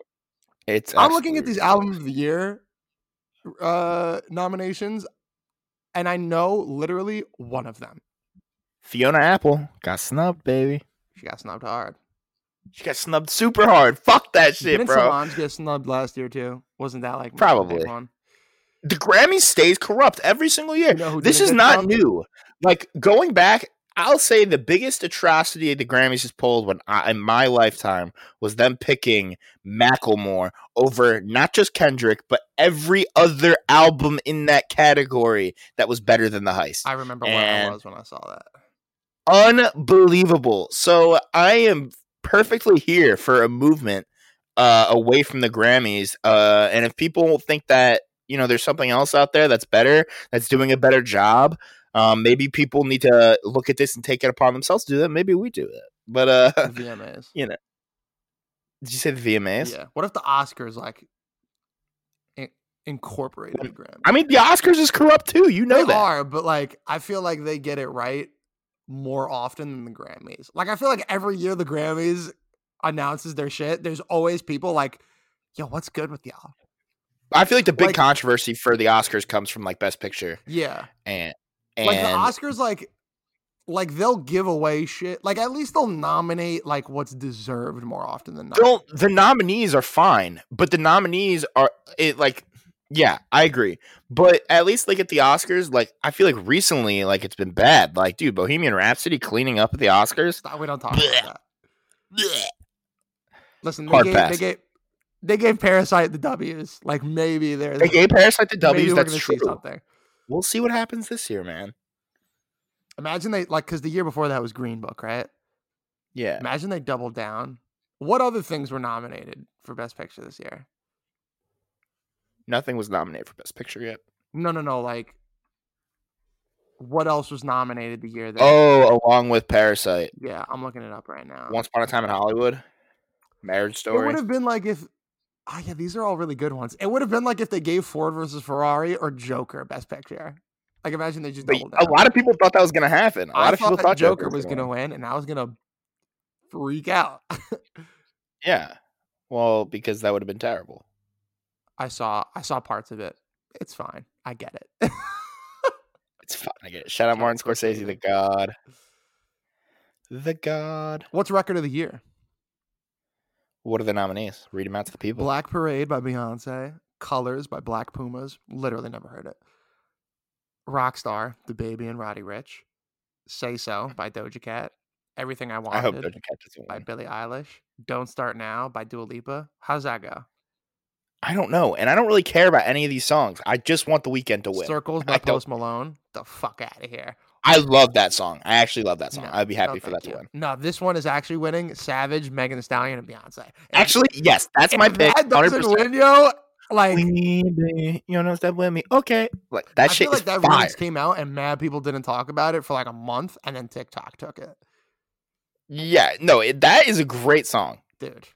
Speaker 1: it's.
Speaker 2: I'm looking at
Speaker 1: absolutely
Speaker 2: these
Speaker 1: ridiculous.
Speaker 2: album of the year uh, nominations, and I know literally one of them.
Speaker 1: Fiona Apple got snubbed, baby.
Speaker 2: She got snubbed hard.
Speaker 1: She got snubbed super hard. Fuck that shit,
Speaker 2: Didn't
Speaker 1: bro.
Speaker 2: Solange get snubbed last year too? Wasn't that like my big
Speaker 1: Probably.
Speaker 2: one?
Speaker 1: the Grammy stays corrupt every single year.
Speaker 2: You know who
Speaker 1: this
Speaker 2: didn't
Speaker 1: is
Speaker 2: get
Speaker 1: not
Speaker 2: snubbed?
Speaker 1: new. Like going back, I'll say the biggest atrocity the Grammys has pulled when I, in my lifetime was them picking Macklemore over not just Kendrick but every other album in that category that was better than the heist.
Speaker 2: I remember where I
Speaker 1: And-
Speaker 2: was when I saw that.
Speaker 1: Unbelievable. So I am perfectly here for a movement uh, away from the Grammys. Uh, and if people think that you know there's something else out there that's better, that's doing a better job, um, maybe people need to look at this and take it upon themselves to do that. Maybe we do that. But uh,
Speaker 2: The VMAs.
Speaker 1: did you say the VMAs?
Speaker 2: Yeah. What if the Oscars like in- incorporated the Grammy?
Speaker 1: I mean, the Oscars is corrupt too. You know
Speaker 2: they
Speaker 1: that.
Speaker 2: are, but like I feel like they get it right more often than the Grammys. Like I feel like every year the Grammys announces their shit. There's always people like, "Yo, what's good with y'all?"
Speaker 1: I feel like the big
Speaker 2: Like-
Speaker 1: controversy for the Oscars comes from like Best Picture
Speaker 2: Yeah,
Speaker 1: and
Speaker 2: like the
Speaker 1: and-
Speaker 2: Oscars, like like they'll give away shit. Like at least they'll nominate like what's deserved more often than not.
Speaker 1: don't the nominees are fine, but the nominees are it like yeah, I agree. But at least like at the Oscars, like I feel like recently like it's been bad. Like dude, Bohemian Rhapsody cleaning up at the Oscars.
Speaker 2: Stop- we don't talk about
Speaker 1: Blech.
Speaker 2: that. Listen, they
Speaker 1: Hard
Speaker 2: gave, they
Speaker 1: pass.
Speaker 2: gave they gave Parasite the W's. Like maybe there's
Speaker 1: They gave Parasite the
Speaker 2: maybe
Speaker 1: W's.
Speaker 2: we're
Speaker 1: That's
Speaker 2: gonna
Speaker 1: true.
Speaker 2: see something.
Speaker 1: We'll see what happens this year, man.
Speaker 2: Imagine they like because the year before that was Green Book, right?
Speaker 1: Yeah,
Speaker 2: Imagine they doubled down. What other things were nominated for Best Picture this year?
Speaker 1: nothing was nominated for Best Picture yet.
Speaker 2: No, no, no. Like, what else was nominated the year that?
Speaker 1: Oh, along with Parasite,
Speaker 2: yeah, I'm looking it up right now.
Speaker 1: Once Upon a Time in Hollywood, Marriage
Speaker 2: Uh-huh. it
Speaker 1: Story.
Speaker 2: would have been like if. Oh yeah, these are all really good ones. It would have been like if they gave Ford versus Ferrari or Joker Best Picture. Like, imagine they just
Speaker 1: But
Speaker 2: doubled down.
Speaker 1: a lot of people thought that was gonna happen. A lot
Speaker 2: I
Speaker 1: of people
Speaker 2: that
Speaker 1: thought
Speaker 2: Joker, was
Speaker 1: gonna
Speaker 2: gonna win, and I was gonna freak out.
Speaker 1: Yeah, well, because that would have been terrible.
Speaker 2: I saw, I saw parts of it. It's fine. I get it.
Speaker 1: It's fine. I get it. Shout out
Speaker 2: Shout
Speaker 1: Martin
Speaker 2: out Scorsese.
Speaker 1: Scorsese, the god. The god.
Speaker 2: What's record of the year?
Speaker 1: What are the nominees? Read them out to the people.
Speaker 2: Black Parade by Beyonce, Colors by Black Pumas, literally never heard it. Rockstar, The Baby and Roddy Rich, Say So by Doja Cat, Everything I Wanted
Speaker 1: I hope Doja Cat doesn't
Speaker 2: by
Speaker 1: win.
Speaker 2: Billie Eilish, Don't Start Now by Dua Lipa. How's that go?
Speaker 1: I don't know, and I don't really care about any of these songs. I just want the weekend to win.
Speaker 2: Circles
Speaker 1: I
Speaker 2: by
Speaker 1: don't-
Speaker 2: Post Malone. The fuck out of here.
Speaker 1: I love that song. I actually love that song.
Speaker 2: No,
Speaker 1: I'd be
Speaker 2: No,
Speaker 1: happy for
Speaker 2: thank
Speaker 1: that to
Speaker 2: you.
Speaker 1: win.
Speaker 2: No, this one is actually winning. Savage, Megan Thee Stallion, and Beyonce. And
Speaker 1: Actually, yes, that's
Speaker 2: if
Speaker 1: my pick.
Speaker 2: That
Speaker 1: Hundred
Speaker 2: doesn't
Speaker 1: percent.
Speaker 2: win, yo. Like
Speaker 1: You know, step with me. Okay, like that
Speaker 2: I
Speaker 1: shit
Speaker 2: feel like
Speaker 1: is
Speaker 2: that
Speaker 1: fire.
Speaker 2: remix came out and mad people didn't talk about it for like a month, and then TikTok took it,
Speaker 1: Yeah, no, it, that is a great song.
Speaker 2: dude.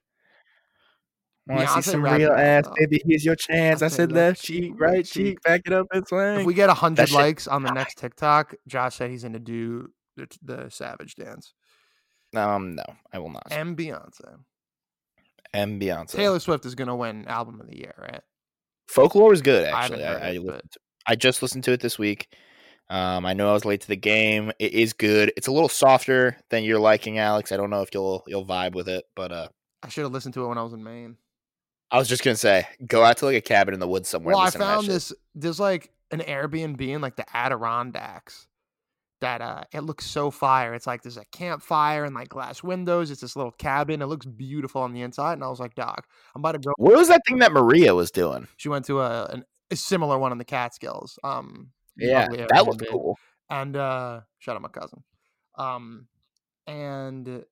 Speaker 1: Wanna
Speaker 2: Beyonce rapping that song.
Speaker 1: baby? Here's your chance.
Speaker 2: I said left cheek, right cheek.
Speaker 1: back it up and
Speaker 2: If
Speaker 1: swing.
Speaker 2: we get hundred
Speaker 1: shit-
Speaker 2: likes on the next TikTok, Josh said he's gonna do the, the Savage dance
Speaker 1: Um, no, I will not.
Speaker 2: and Beyonce.
Speaker 1: And Beyonce.
Speaker 2: Taylor Swift is gonna win Album of the Year, right?
Speaker 1: Folklore is good.
Speaker 2: I haven't
Speaker 1: Actually,
Speaker 2: heard
Speaker 1: I, I,
Speaker 2: it,
Speaker 1: li-
Speaker 2: but
Speaker 1: I just listened to it this week. Um, I know I was late to the game. It is good. It's a little softer than you're liking, Alex. I don't know if you'll you'll vibe with it, but uh,
Speaker 2: I should have listened to it when I was in Maine.
Speaker 1: I was just gonna say, go out to like a cabin in the woods somewhere.
Speaker 2: well,
Speaker 1: and
Speaker 2: I
Speaker 1: listen to that
Speaker 2: found
Speaker 1: shit.
Speaker 2: this. There's like an Airbnb in like the Adirondacks that uh it looks so fire. It's like there's a campfire and like glass windows. It's this little cabin. It looks beautiful on the inside. And I was like, dog, I'm about to go.
Speaker 1: What was that thing that Maria was doing?
Speaker 2: She went to a, an, a similar one in the Catskills. Um,
Speaker 1: Yeah,
Speaker 2: lovely
Speaker 1: that looked
Speaker 2: Airbnb.
Speaker 1: cool.
Speaker 2: And uh, shout out my cousin. Um, and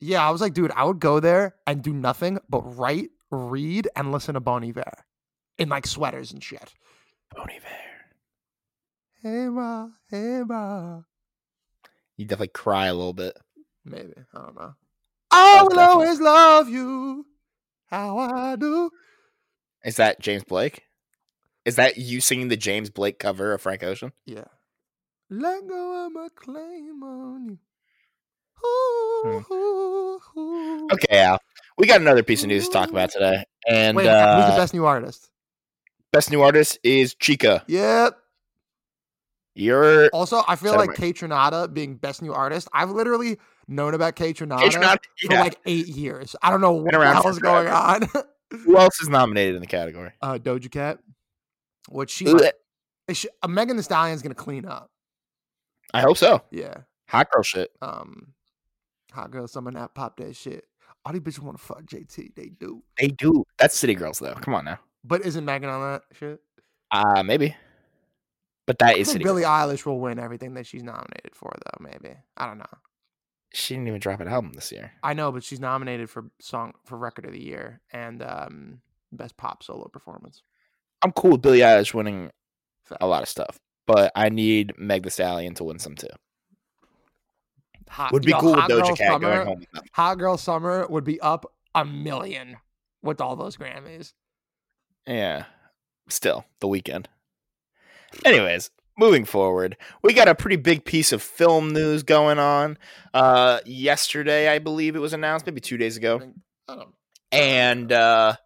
Speaker 2: yeah, I was like, dude, I would go there and do nothing but write, read, and listen to Bon Iver in like sweaters and shit.
Speaker 1: Bon Iver.
Speaker 2: Hey ma, hey ma.
Speaker 1: You definitely cry a little bit.
Speaker 2: Maybe I don't know. I will
Speaker 1: definitely.
Speaker 2: always love you, how I do.
Speaker 1: Is that James Blake? Is that you singing the James Blake cover of Frank Ocean?
Speaker 2: Yeah. Let go of my claim on you.
Speaker 1: Hmm. Okay, Al. We got another piece of news to talk about today. And
Speaker 2: Wait, who's the
Speaker 1: uh,
Speaker 2: best new artist?
Speaker 1: best new artist is Chica.
Speaker 2: Yep.
Speaker 1: You're
Speaker 2: Also, I feel
Speaker 1: Said it
Speaker 2: like
Speaker 1: right.
Speaker 2: Kate Trinata being best new artist. I've literally known about Kate Trinata,
Speaker 1: It's not-
Speaker 2: for
Speaker 1: yeah.
Speaker 2: like eight years. I don't know what the
Speaker 1: around
Speaker 2: hell
Speaker 1: for
Speaker 2: is going on.
Speaker 1: Who else is nominated in the category?
Speaker 2: uh, Doja Cat, what she,
Speaker 1: Ugh,
Speaker 2: is she uh, Megan The Stallion's gonna clean up.
Speaker 1: I hope so.
Speaker 2: Yeah.
Speaker 1: Hot girl shit.
Speaker 2: Um, hot girl, someone that pop that shit. All these bitches want to fuck JT. They do.
Speaker 1: They do. That's City Girls though. Come on now.
Speaker 2: But isn't Megan on that shit?
Speaker 1: Uh maybe. But that
Speaker 2: I
Speaker 1: is
Speaker 2: think
Speaker 1: City
Speaker 2: Billie
Speaker 1: Girls.
Speaker 2: Eilish will win everything that she's nominated for, though. Maybe I don't know.
Speaker 1: She didn't even drop an album this year.
Speaker 2: I know, but she's nominated for song for record of the year and um best pop solo performance.
Speaker 1: I'm cool with Billie Eilish winning
Speaker 2: Fact.
Speaker 1: a lot of stuff, but I need Meg the Stallion to win some too.
Speaker 2: Hot,
Speaker 1: Would be
Speaker 2: yo,
Speaker 1: cool with
Speaker 2: Hot Girl
Speaker 1: Doja Cat
Speaker 2: summer,
Speaker 1: going home. with them.
Speaker 2: Hot girl summer would be up a million with all those Grammys.
Speaker 1: Yeah. Still, the weekend. Anyways, moving forward, we got a pretty big piece of film news going on. Uh yesterday, I believe it was announced, maybe 2 days ago.
Speaker 2: I don't.
Speaker 1: and uh,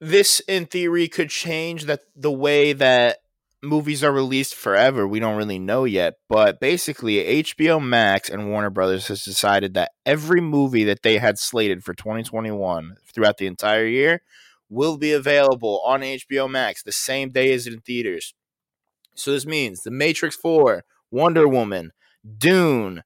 Speaker 1: this in theory could change that the way that movies are released forever we don't really know yet but basically hbo max and warner brothers has decided that every movie that they had slated for 2021 throughout the entire year will be available on hbo max the same day as in theaters so this means the matrix 4 wonder woman dune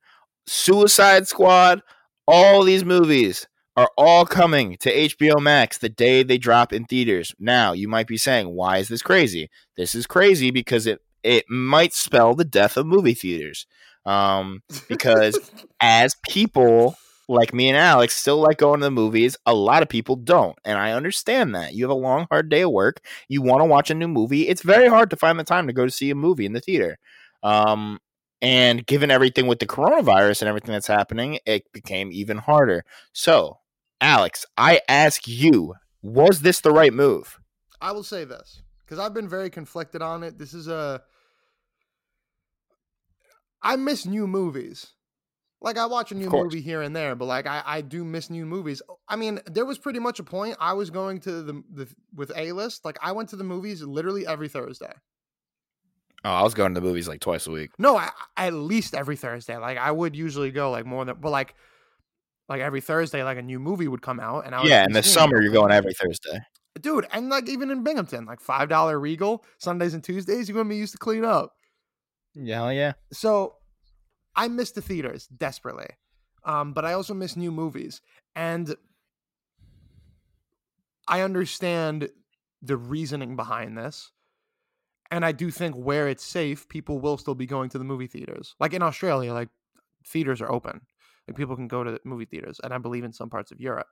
Speaker 1: suicide squad all these movies are all coming to HBO Max the day they drop in theaters. Now, you might be saying, why is this crazy? This is crazy because it, it might spell the death of movie theaters. Um, because as people like me and Alex still like going to the movies, a lot of people don't. And I understand that. You have a long, hard day of work. You want to watch a new movie. It's very hard to find the time to go to see a movie in the theater. Um, and given everything with the coronavirus and everything that's happening, it became even harder. So, Alex, I ask you, was this the right move?
Speaker 2: I will say this because I've been very conflicted on it. This is a. I miss new movies. Like I watch a new
Speaker 1: course.
Speaker 2: movie here and there, but like I, I do miss new movies. Oh, I mean, there was pretty much a point I was going to the, the with A list. Like I went to the movies literally every Thursday.
Speaker 1: Oh, I was going to the movies like twice a week.
Speaker 2: No, I, I- at least every Thursday. Like I would usually go like more than, but like, like every Thursday, like a new movie would come out, and I would
Speaker 1: Yeah,
Speaker 2: be
Speaker 1: in the
Speaker 2: seeing it.
Speaker 1: summer you're going every Thursday.
Speaker 2: dude, and like even in Binghamton, like five dollar Regal Sundays and Tuesdays, you're gonna be used to clean up.
Speaker 1: Yeah, hell yeah.
Speaker 2: so I miss the theaters desperately, um, but I also miss new movies, and I understand the reasoning behind this, and I do think where it's safe, people will still be going to the movie theaters. Like in Australia, like theaters are open, like people can go to the movie theaters, and I believe in some parts of Europe.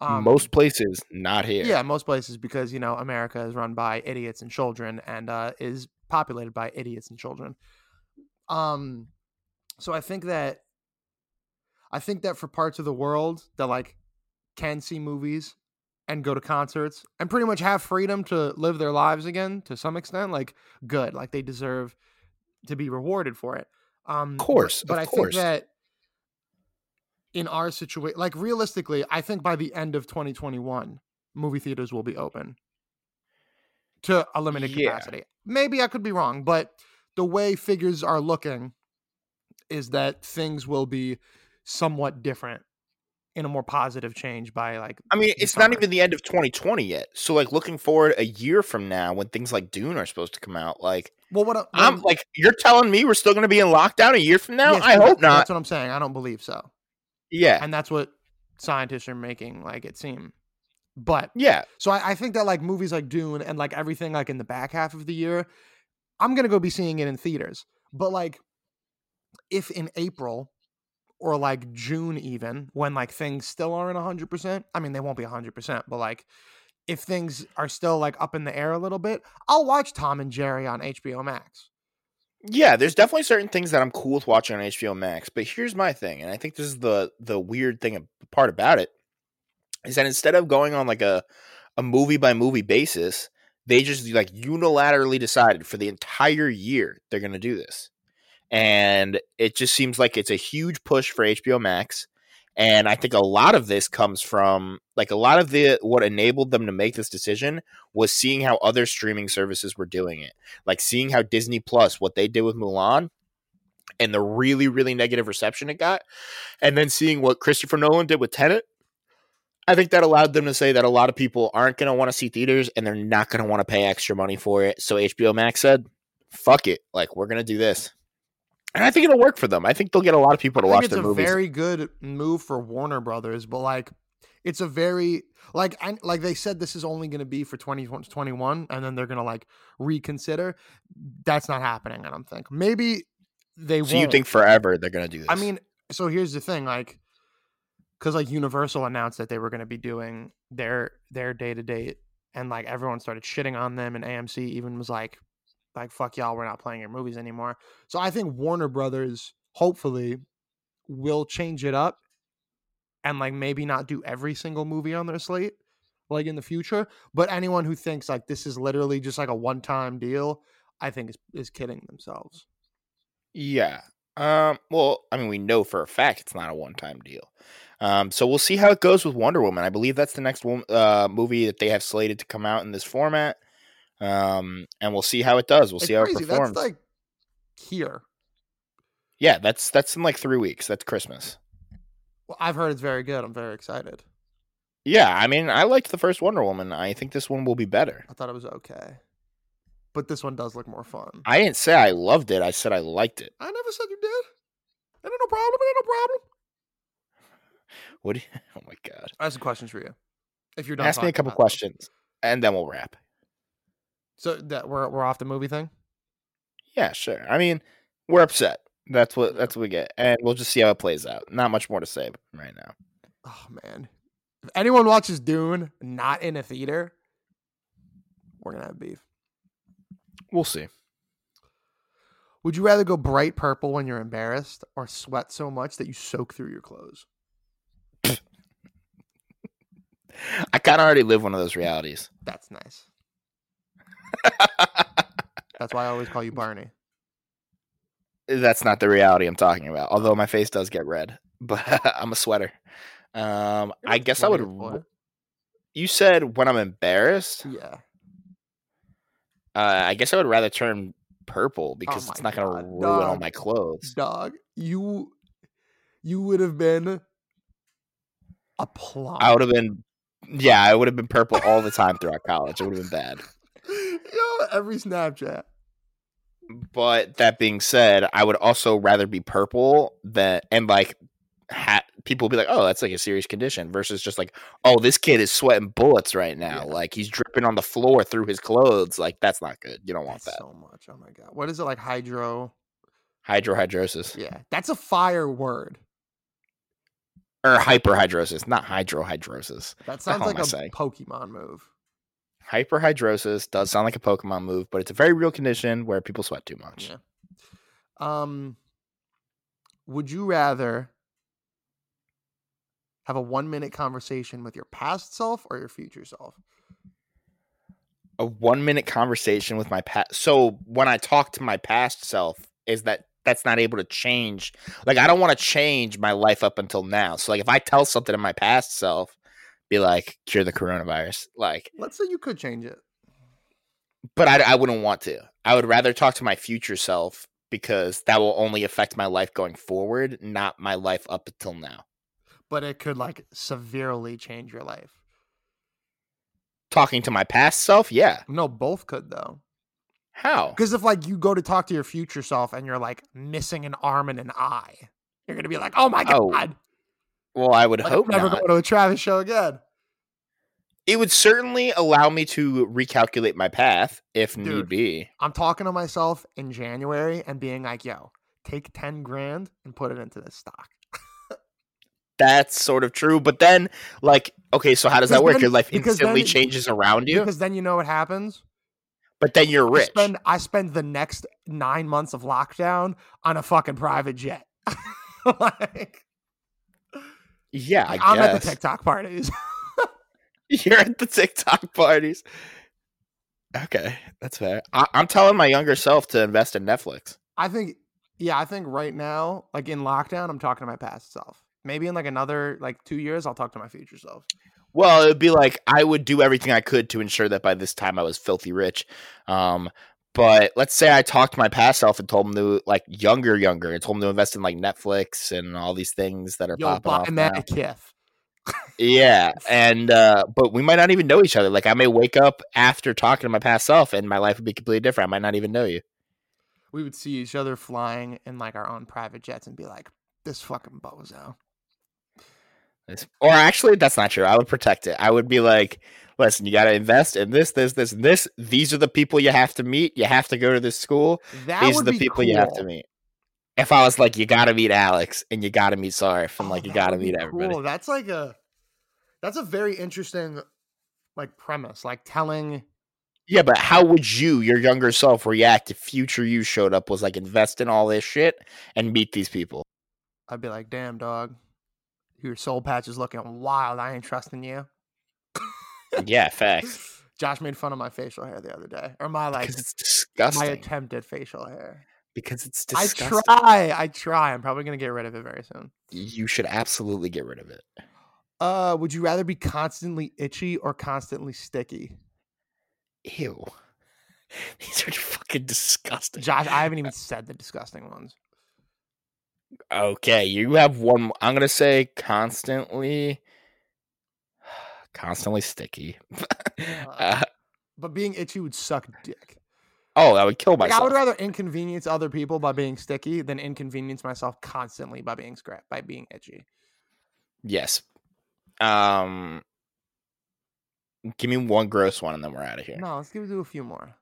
Speaker 2: Um,
Speaker 1: Most places not here.
Speaker 2: yeah, most places because you know America is run by idiots and children and uh, is populated by idiots and children. Um, so I think that I think that for parts of the world that like can see movies and go to concerts and pretty much have freedom to live their lives again to some extent, like good, like they deserve to be rewarded for it. Um,
Speaker 1: Of course.
Speaker 2: but
Speaker 1: of
Speaker 2: I
Speaker 1: course.
Speaker 2: think that in our situation, like realistically, I think by the end of 2021, movie theaters will be open to a limited
Speaker 1: Yeah.
Speaker 2: capacity. Maybe I could be wrong, but the way figures are looking is that things will be somewhat different in a more positive change by like
Speaker 1: I mean,
Speaker 2: the
Speaker 1: it's not
Speaker 2: summer.
Speaker 1: even the end of 2020 yet. So, like, looking forward a year from now when things like Dune are supposed to come out, like,
Speaker 2: well what I- what
Speaker 1: I'm like, you're telling me we're still going to be in lockdown a year from now?
Speaker 2: yes,
Speaker 1: I
Speaker 2: but
Speaker 1: hope
Speaker 2: that-
Speaker 1: not.
Speaker 2: That's what I'm saying. I don't believe so.
Speaker 1: Yeah.
Speaker 2: And that's what scientists are making like it seem. But
Speaker 1: yeah.
Speaker 2: So I, I think that like movies like Dune and like everything like in the back half of the year, I'm gonna go be seeing it in theaters. But like, if in April or like June even, when like things still aren't hundred percent, I mean they won't be hundred percent, but like if things are still like up in the air a little bit, I'll watch Tom and Jerry on HBO Max.
Speaker 1: Yeah, there's definitely certain things that I'm cool with watching on HBO Max, but here's my thing, and I think this is the the weird thing ab- part about it is that instead of going on like a a movie by movie basis, they just like unilaterally decided for the entire year they're going to do this. and it just seems like it's a huge push for HBO Max. And I think a lot of this comes from like a lot of the what enabled them to make this decision was seeing how other streaming services were doing it, like seeing how Disney Plus what they did with Mulan and the really really negative reception it got, and then seeing what Christopher Nolan did with Tenet. I think that allowed them to say that a lot of people aren't going to want to see theaters and they're not going to want to pay extra money for it. So HBO Max said, "Fuck it, like we're going to do this." And I think it'll work for them. I think they'll get a lot of people to
Speaker 2: I think
Speaker 1: watch
Speaker 2: it's
Speaker 1: their
Speaker 2: a
Speaker 1: movies.
Speaker 2: very good move for Warner Brothers, but like, it's a very like I like they said this is only going to be for 2021, and then they're going to like reconsider. That's not happening. I don't think. Maybe they.
Speaker 1: so you
Speaker 2: won't.
Speaker 1: think forever they're going to do this?
Speaker 2: I mean, so here's the thing, like, because like Universal announced that they were going to be doing their their day to day, and like everyone started shitting on them, and AMC even was like, like fuck y'all, we're not playing your movies anymore. So I think Warner Brothers hopefully will change it up, and like maybe not do every single movie on their slate like in the future. But anyone who thinks like this is literally just like a one time deal, I think is is kidding themselves.
Speaker 1: Yeah. Um, well, I mean, we know for a fact it's not a one-time deal. Um, so we'll see how it goes with Wonder Woman. I believe that's the next wo- uh, movie that they have slated to come out in this format. Um, and we'll see how it does. We'll
Speaker 2: It's
Speaker 1: see how
Speaker 2: crazy.
Speaker 1: it performs.
Speaker 2: That's like here.
Speaker 1: yeah, that's that's in like three weeks. That's Christmas.
Speaker 2: Well, I've heard it's very good. I'm very excited.
Speaker 1: Yeah, I mean, I liked the first Wonder Woman. I think this one will be better.
Speaker 2: I thought it was okay, but this one does look more fun. I,
Speaker 1: I didn't say I loved it. I said I liked it.
Speaker 2: never said you did. Ain't no problem. Ain't no problem.
Speaker 1: What? do you- oh my god!
Speaker 2: I have some questions for you. If you're done,
Speaker 1: Ask me a
Speaker 2: talking
Speaker 1: couple
Speaker 2: about them.
Speaker 1: questions, and then we'll wrap.
Speaker 2: So that we're we're off the movie thing.
Speaker 1: Yeah, sure. I mean, we're upset. That's what
Speaker 2: Yeah.
Speaker 1: that's what we get, and we'll just see how it plays out. Not much more to say right now.
Speaker 2: Oh man, if anyone watches Dune not in a theater, we're gonna have beef.
Speaker 1: We'll see.
Speaker 2: Would you rather go bright purple when you're embarrassed, or sweat so much that you soak through your clothes?
Speaker 1: I kind of already live one of those realities.
Speaker 2: That's nice. That's why I always call you Barney.
Speaker 1: eh, that's not the reality I'm talking about. Although my face does get red, but I'm a sweater. Um,
Speaker 2: You're
Speaker 1: I
Speaker 2: not
Speaker 1: guess I would.
Speaker 2: sweaty, boy.
Speaker 1: You said when I'm embarrassed.
Speaker 2: Yeah.
Speaker 1: Uh, I guess I would rather turn purple because
Speaker 2: Oh my
Speaker 1: it's not going to
Speaker 2: God,
Speaker 1: ruin all
Speaker 2: dog.
Speaker 1: my clothes.
Speaker 2: dog, you you would have been a plum.
Speaker 1: I would have been. Yeah, I would have been purple all the time throughout college. It would have been bad.
Speaker 2: Yo, every Snapchat.
Speaker 1: But that being said, I would also rather be purple than and like ha- people be like, "Oh, that's like a serious condition," versus just like, "Oh, this kid is sweating bullets right now.
Speaker 2: Yeah.
Speaker 1: Like he's dripping on the floor through his clothes. Like that's not good. You don't want
Speaker 2: That's
Speaker 1: that.
Speaker 2: so much. Oh my god. What is it like hydro?
Speaker 1: Hydrohydrosis
Speaker 2: Yeah. That's a fire word.
Speaker 1: or hyperhidrosis, not hydrohydrosis.
Speaker 2: That
Speaker 1: The hell
Speaker 2: sounds like
Speaker 1: am I
Speaker 2: a
Speaker 1: saying?
Speaker 2: Pokemon move.
Speaker 1: Hyperhidrosis does sound like a Pokemon move, but it's a very real condition where people sweat too much.
Speaker 2: Yeah. Um would you rather have a one minute conversation with your past self or your future self?
Speaker 1: a one minute conversation with my past. So when I talk to my past self, is that that's not able to change? Like I don't want to change my life up until now. So like if I tell something to my past self, be like cure the coronavirus, like,
Speaker 2: Let's say you could change it.
Speaker 1: but I I wouldn't want to. I would rather talk to my future self because that will only affect my life going forward, not my life up until now.
Speaker 2: But it could like severely change your life.
Speaker 1: Talking to my past self, yeah.
Speaker 2: No, both could though.
Speaker 1: How?
Speaker 2: Because if like you go to talk to your future self and you're like missing an arm and an eye, you're gonna be like, "Oh my god,
Speaker 1: Oh, Well, I would
Speaker 2: like,
Speaker 1: hope
Speaker 2: I'm never
Speaker 1: not.
Speaker 2: going to a Travis show again."
Speaker 1: it would certainly allow me to recalculate my path if need
Speaker 2: Dude.
Speaker 1: be.
Speaker 2: I'm talking to myself in January and being like, "Yo, take ten grand and put it into this stock."
Speaker 1: That's sort of true, but then like okay, so how does that
Speaker 2: Because
Speaker 1: work?
Speaker 2: then-
Speaker 1: Your life
Speaker 2: because then
Speaker 1: instantly
Speaker 2: it-
Speaker 1: changes around you,
Speaker 2: Because then you know what happens.
Speaker 1: but then you're
Speaker 2: I
Speaker 1: rich.
Speaker 2: spend I spend the next nine months of lockdown on a fucking private jet. like,
Speaker 1: Yeah, I
Speaker 2: I'm at the
Speaker 1: guess
Speaker 2: TikTok parties.
Speaker 1: you're at the TikTok parties. Okay, that's fair. I- I'm telling my younger self to invest in Netflix.
Speaker 2: I think Yeah, I think right now, like in lockdown, I'm talking to my past self. Maybe in like another like two years, I'll talk to my future self.
Speaker 1: Well, it would be like I would do everything I could to ensure that by this time I was filthy rich. Um, but let's say I talked to my past self and told him to like younger, younger, and told him to invest in like Netflix and all these things that are
Speaker 2: Yo,
Speaker 1: popping off.
Speaker 2: buying that
Speaker 1: now.
Speaker 2: a kiff.
Speaker 1: Yeah, and uh, but we might not even know each other. Like I may wake up after talking to my past self, and my life would be completely different. I might not even know you.
Speaker 2: We would see each other flying in like our own private jets and be like, "This fucking bozo."
Speaker 1: It's- Or actually, that's not true. I would protect it. I would be like, listen, you got to invest in this, this, this, and this. These are the people you have to meet. You have to go to this school.
Speaker 2: That
Speaker 1: These are
Speaker 2: would
Speaker 1: the
Speaker 2: be
Speaker 1: people you have to
Speaker 2: cool.
Speaker 1: meet. If I was like, you got to meet Alex and you got to meet Sarif and
Speaker 2: Oh,
Speaker 1: like, you
Speaker 2: that
Speaker 1: got to
Speaker 2: would be
Speaker 1: meet everybody.
Speaker 2: cool. That's like a that's a very interesting like premise. Like telling
Speaker 1: Yeah, but how would you, your younger self, react if future you showed up, was like, invest in all this shit and meet these people?
Speaker 2: I'd be like, damn dog, your soul patch is looking wild. I ain't trusting you.
Speaker 1: yeah, facts.
Speaker 2: Josh made fun of my facial hair the other day. Or my like
Speaker 1: Because it's
Speaker 2: my
Speaker 1: disgusting.
Speaker 2: attempted facial hair.
Speaker 1: Because it's disgusting.
Speaker 2: I try. I try. I'm probably gonna get rid of it very soon.
Speaker 1: You should absolutely get rid of it.
Speaker 2: Uh, would you rather be constantly itchy or constantly sticky?
Speaker 1: Ew. These are fucking disgusting.
Speaker 2: Josh, I haven't even said the disgusting ones.
Speaker 1: Okay, you have one. mo- I'm gonna say constantly, constantly sticky. Uh,
Speaker 2: But being itchy would suck dick.
Speaker 1: oh, I would kill
Speaker 2: Like, I
Speaker 1: myself.
Speaker 2: would rather inconvenience other people by being sticky than inconvenience myself constantly by being scrap by being itchy.
Speaker 1: yes. Um, give me one gross one, and then we're out of here.
Speaker 2: No, let's give do a few more.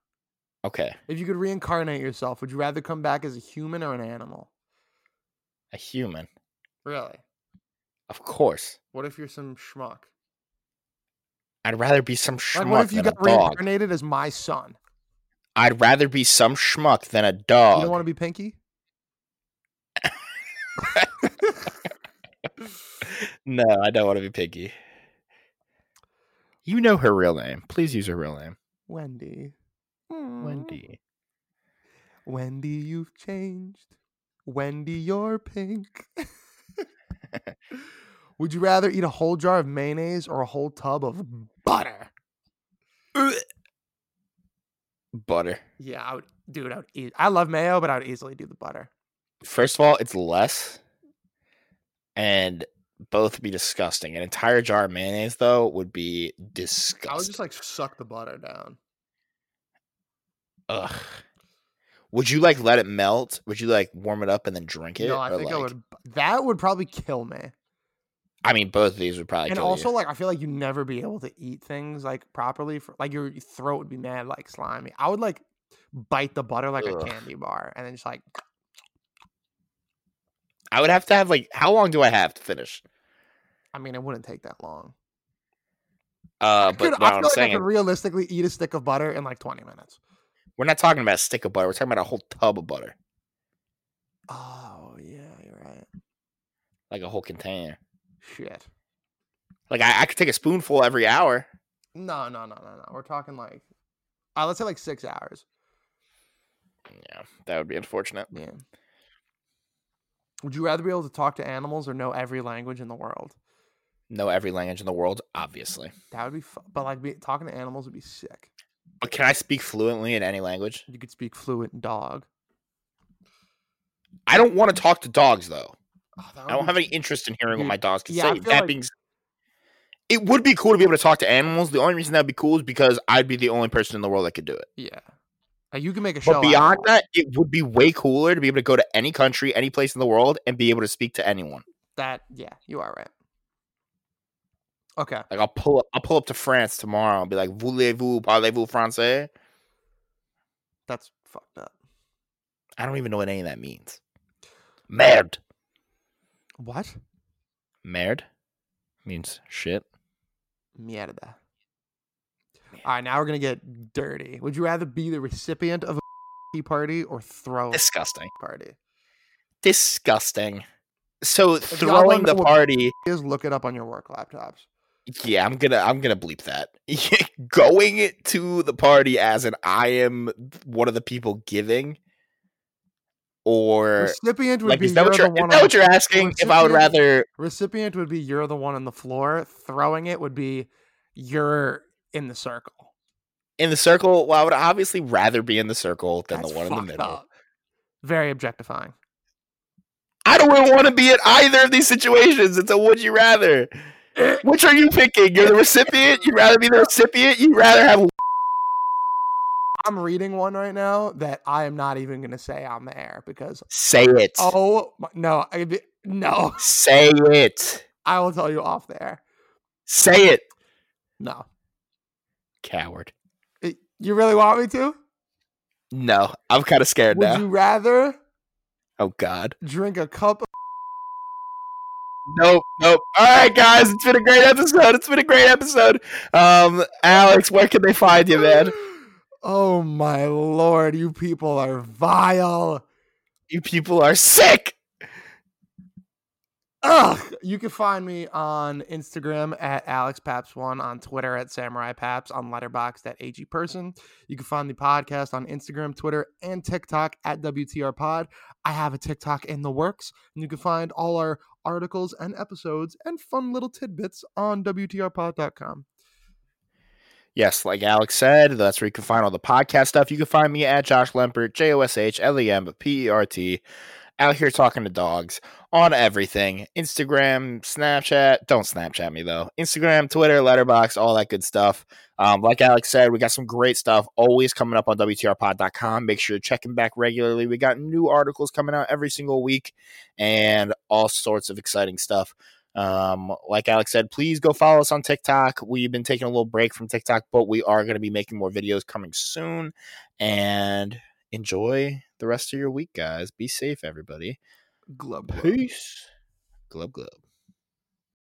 Speaker 1: Okay,
Speaker 2: If you could reincarnate yourself, would you rather come back as a human or an animal?
Speaker 1: a human,
Speaker 2: Really?
Speaker 1: of course.
Speaker 2: What if you're some schmuck?
Speaker 1: I'd rather be some schmuck
Speaker 2: Like, what if you
Speaker 1: than
Speaker 2: got
Speaker 1: a dog.
Speaker 2: reincarnated as my son?
Speaker 1: I'd rather be some schmuck than a dog.
Speaker 2: You don't want to be Pinky?
Speaker 1: No, I don't want to be Piggy. You know her real name. Please use her real name.
Speaker 2: Wendy. Mm.
Speaker 1: Wendy.
Speaker 2: Wendy, you've changed. Wendy, you're pink. Would you rather eat a whole jar of mayonnaise or a whole tub of butter?
Speaker 1: Butter.
Speaker 2: Yeah, I would, dude. I would eat. I love mayo, but I would easily do the butter.
Speaker 1: First of all, it's less. And both be disgusting. An entire jar of mayonnaise, though, would be disgusting.
Speaker 2: I would just like suck the butter down.
Speaker 1: Ugh. Would you like let it melt? Would you like warm it up and then drink it?
Speaker 2: no, I
Speaker 1: Or,
Speaker 2: think I
Speaker 1: like-
Speaker 2: would. That would probably kill me.
Speaker 1: I mean, both of these would probably.
Speaker 2: and
Speaker 1: kill you.
Speaker 2: also, like, I feel like you'd never be able to eat things like properly. For, like, your throat would be mad, like slimy. I would like bite the butter like
Speaker 1: Ugh.
Speaker 2: a candy bar, and then just like
Speaker 1: I would have to have like. How long do I have to finish?
Speaker 2: I mean, it wouldn't take that long.
Speaker 1: Uh,
Speaker 2: I, could,
Speaker 1: but no,
Speaker 2: I
Speaker 1: I'm
Speaker 2: feel like I
Speaker 1: saying
Speaker 2: could realistically eat a stick of butter in like 20 minutes.
Speaker 1: we're not talking about a stick of butter. We're talking about a whole tub of butter,
Speaker 2: Oh yeah, you're right.
Speaker 1: like a whole container.
Speaker 2: Shit.
Speaker 1: Like I, I could take a spoonful every hour.
Speaker 2: No, no, no, no, no. We're talking like, uh, let's say like six hours.
Speaker 1: Yeah, that would be unfortunate.
Speaker 2: Yeah. Would you rather be able to talk to animals or know every language in the world?
Speaker 1: Know every language in the world, obviously.
Speaker 2: That would be, fu- but like be, talking to animals would be sick.
Speaker 1: But can I speak fluently in any language?
Speaker 2: You could speak fluent dog.
Speaker 1: I don't want to talk to dogs though.
Speaker 2: Oh, that
Speaker 1: I don't
Speaker 2: would be
Speaker 1: have any interest in hearing what
Speaker 2: Dude,
Speaker 1: my dogs can
Speaker 2: yeah, I
Speaker 1: say.
Speaker 2: feel
Speaker 1: That
Speaker 2: like-
Speaker 1: being, s- it would be cool to be able to talk to animals. The only reason that would be cool is because I'd be the only person in the world that could do it.
Speaker 2: Yeah. Like, you can make a show.
Speaker 1: But
Speaker 2: out of
Speaker 1: beyond
Speaker 2: that,
Speaker 1: that, it would be way cooler to be able to go to any country, any place in the world, and be able to speak to anyone.
Speaker 2: that yeah, you are right. Okay.
Speaker 1: Like I'll pull up, I'll pull up to France tomorrow and be like, "Voulez-vous parlez-vous français?"
Speaker 2: That's fucked up.
Speaker 1: I don't even know what any of that means. Merde.
Speaker 2: What?
Speaker 1: Merde means shit.
Speaker 2: Mierda. All right, now we're gonna get dirty. Would you rather be the recipient of a tea party or throw a
Speaker 1: Disgusting.
Speaker 2: party?
Speaker 1: Disgusting. So
Speaker 2: y'all wanna
Speaker 1: throwing the
Speaker 2: know what-
Speaker 1: party.
Speaker 2: Just look it up on your work laptops.
Speaker 1: Yeah, I'm gonna I'm gonna bleep that. Going it to the party as an I am one of the people giving. or
Speaker 2: Recipient would
Speaker 1: Er, like
Speaker 2: be
Speaker 1: is that
Speaker 2: you're
Speaker 1: what you're,
Speaker 2: the
Speaker 1: is
Speaker 2: one.
Speaker 1: that
Speaker 2: on
Speaker 1: what
Speaker 2: the-
Speaker 1: you're asking? If I would
Speaker 2: recipient-
Speaker 1: rather
Speaker 2: recipient would be you're the one on the floor. Throwing it would be you're in the circle.
Speaker 1: in the circle, well, I would obviously rather be in the circle than the one in the
Speaker 2: fucked
Speaker 1: middle.
Speaker 2: up. Very objectifying.
Speaker 1: I don't want to be in either of these situations. It's a would you rather. Which are you picking? You're the recipient. You'd rather be the recipient. You'd rather have.
Speaker 2: I'm reading one right now that I am not even going to say on the air because
Speaker 1: Say it.
Speaker 2: oh my- no, I, no,
Speaker 1: Say it.
Speaker 2: I will tell you off the air.
Speaker 1: Say it.
Speaker 2: No,
Speaker 1: Coward.
Speaker 2: It- you really want me to?
Speaker 1: No, I'm kind of scared
Speaker 2: Would
Speaker 1: now.
Speaker 2: you rather
Speaker 1: Oh God.
Speaker 2: drink a cup? Of-
Speaker 1: Nope. Nope. All right, guys. It's been a great episode. It's been a great episode. Um, Alex, where can they find you, man?
Speaker 2: Oh my lord, you people are vile.
Speaker 1: You people are sick.
Speaker 2: Ugh. You can find me on Instagram at AlexPaps1, on Twitter at SamuraiPaps, on Letterboxd at AGPerson. You can find the podcast on Instagram, Twitter, and TikTok at WTR Pod. I have a TikTok in the works, and you can find all our articles and episodes and fun little tidbits on WTRpod.com.
Speaker 1: Yes, like Alex said, that's where you can find all the podcast stuff. You can find me at Josh Lempert, J O S H L E M P E R T, out here talking to dogs on everything Instagram, Snapchat. Don't Snapchat me, though. Instagram, Twitter, Letterbox, all that good stuff. Um, like Alex said, we got some great stuff always coming up on WTRpod.com. Make sure you're checking back regularly. We got new articles coming out every single week and all sorts of exciting stuff. Um, like Alex said, please go follow us on TikTok. We've been taking a little break from TikTok, but we are going to be making more videos coming soon. And enjoy the rest of your week, guys. Be safe, everybody.
Speaker 2: Glub. glub.
Speaker 1: Peace. Glub, glub.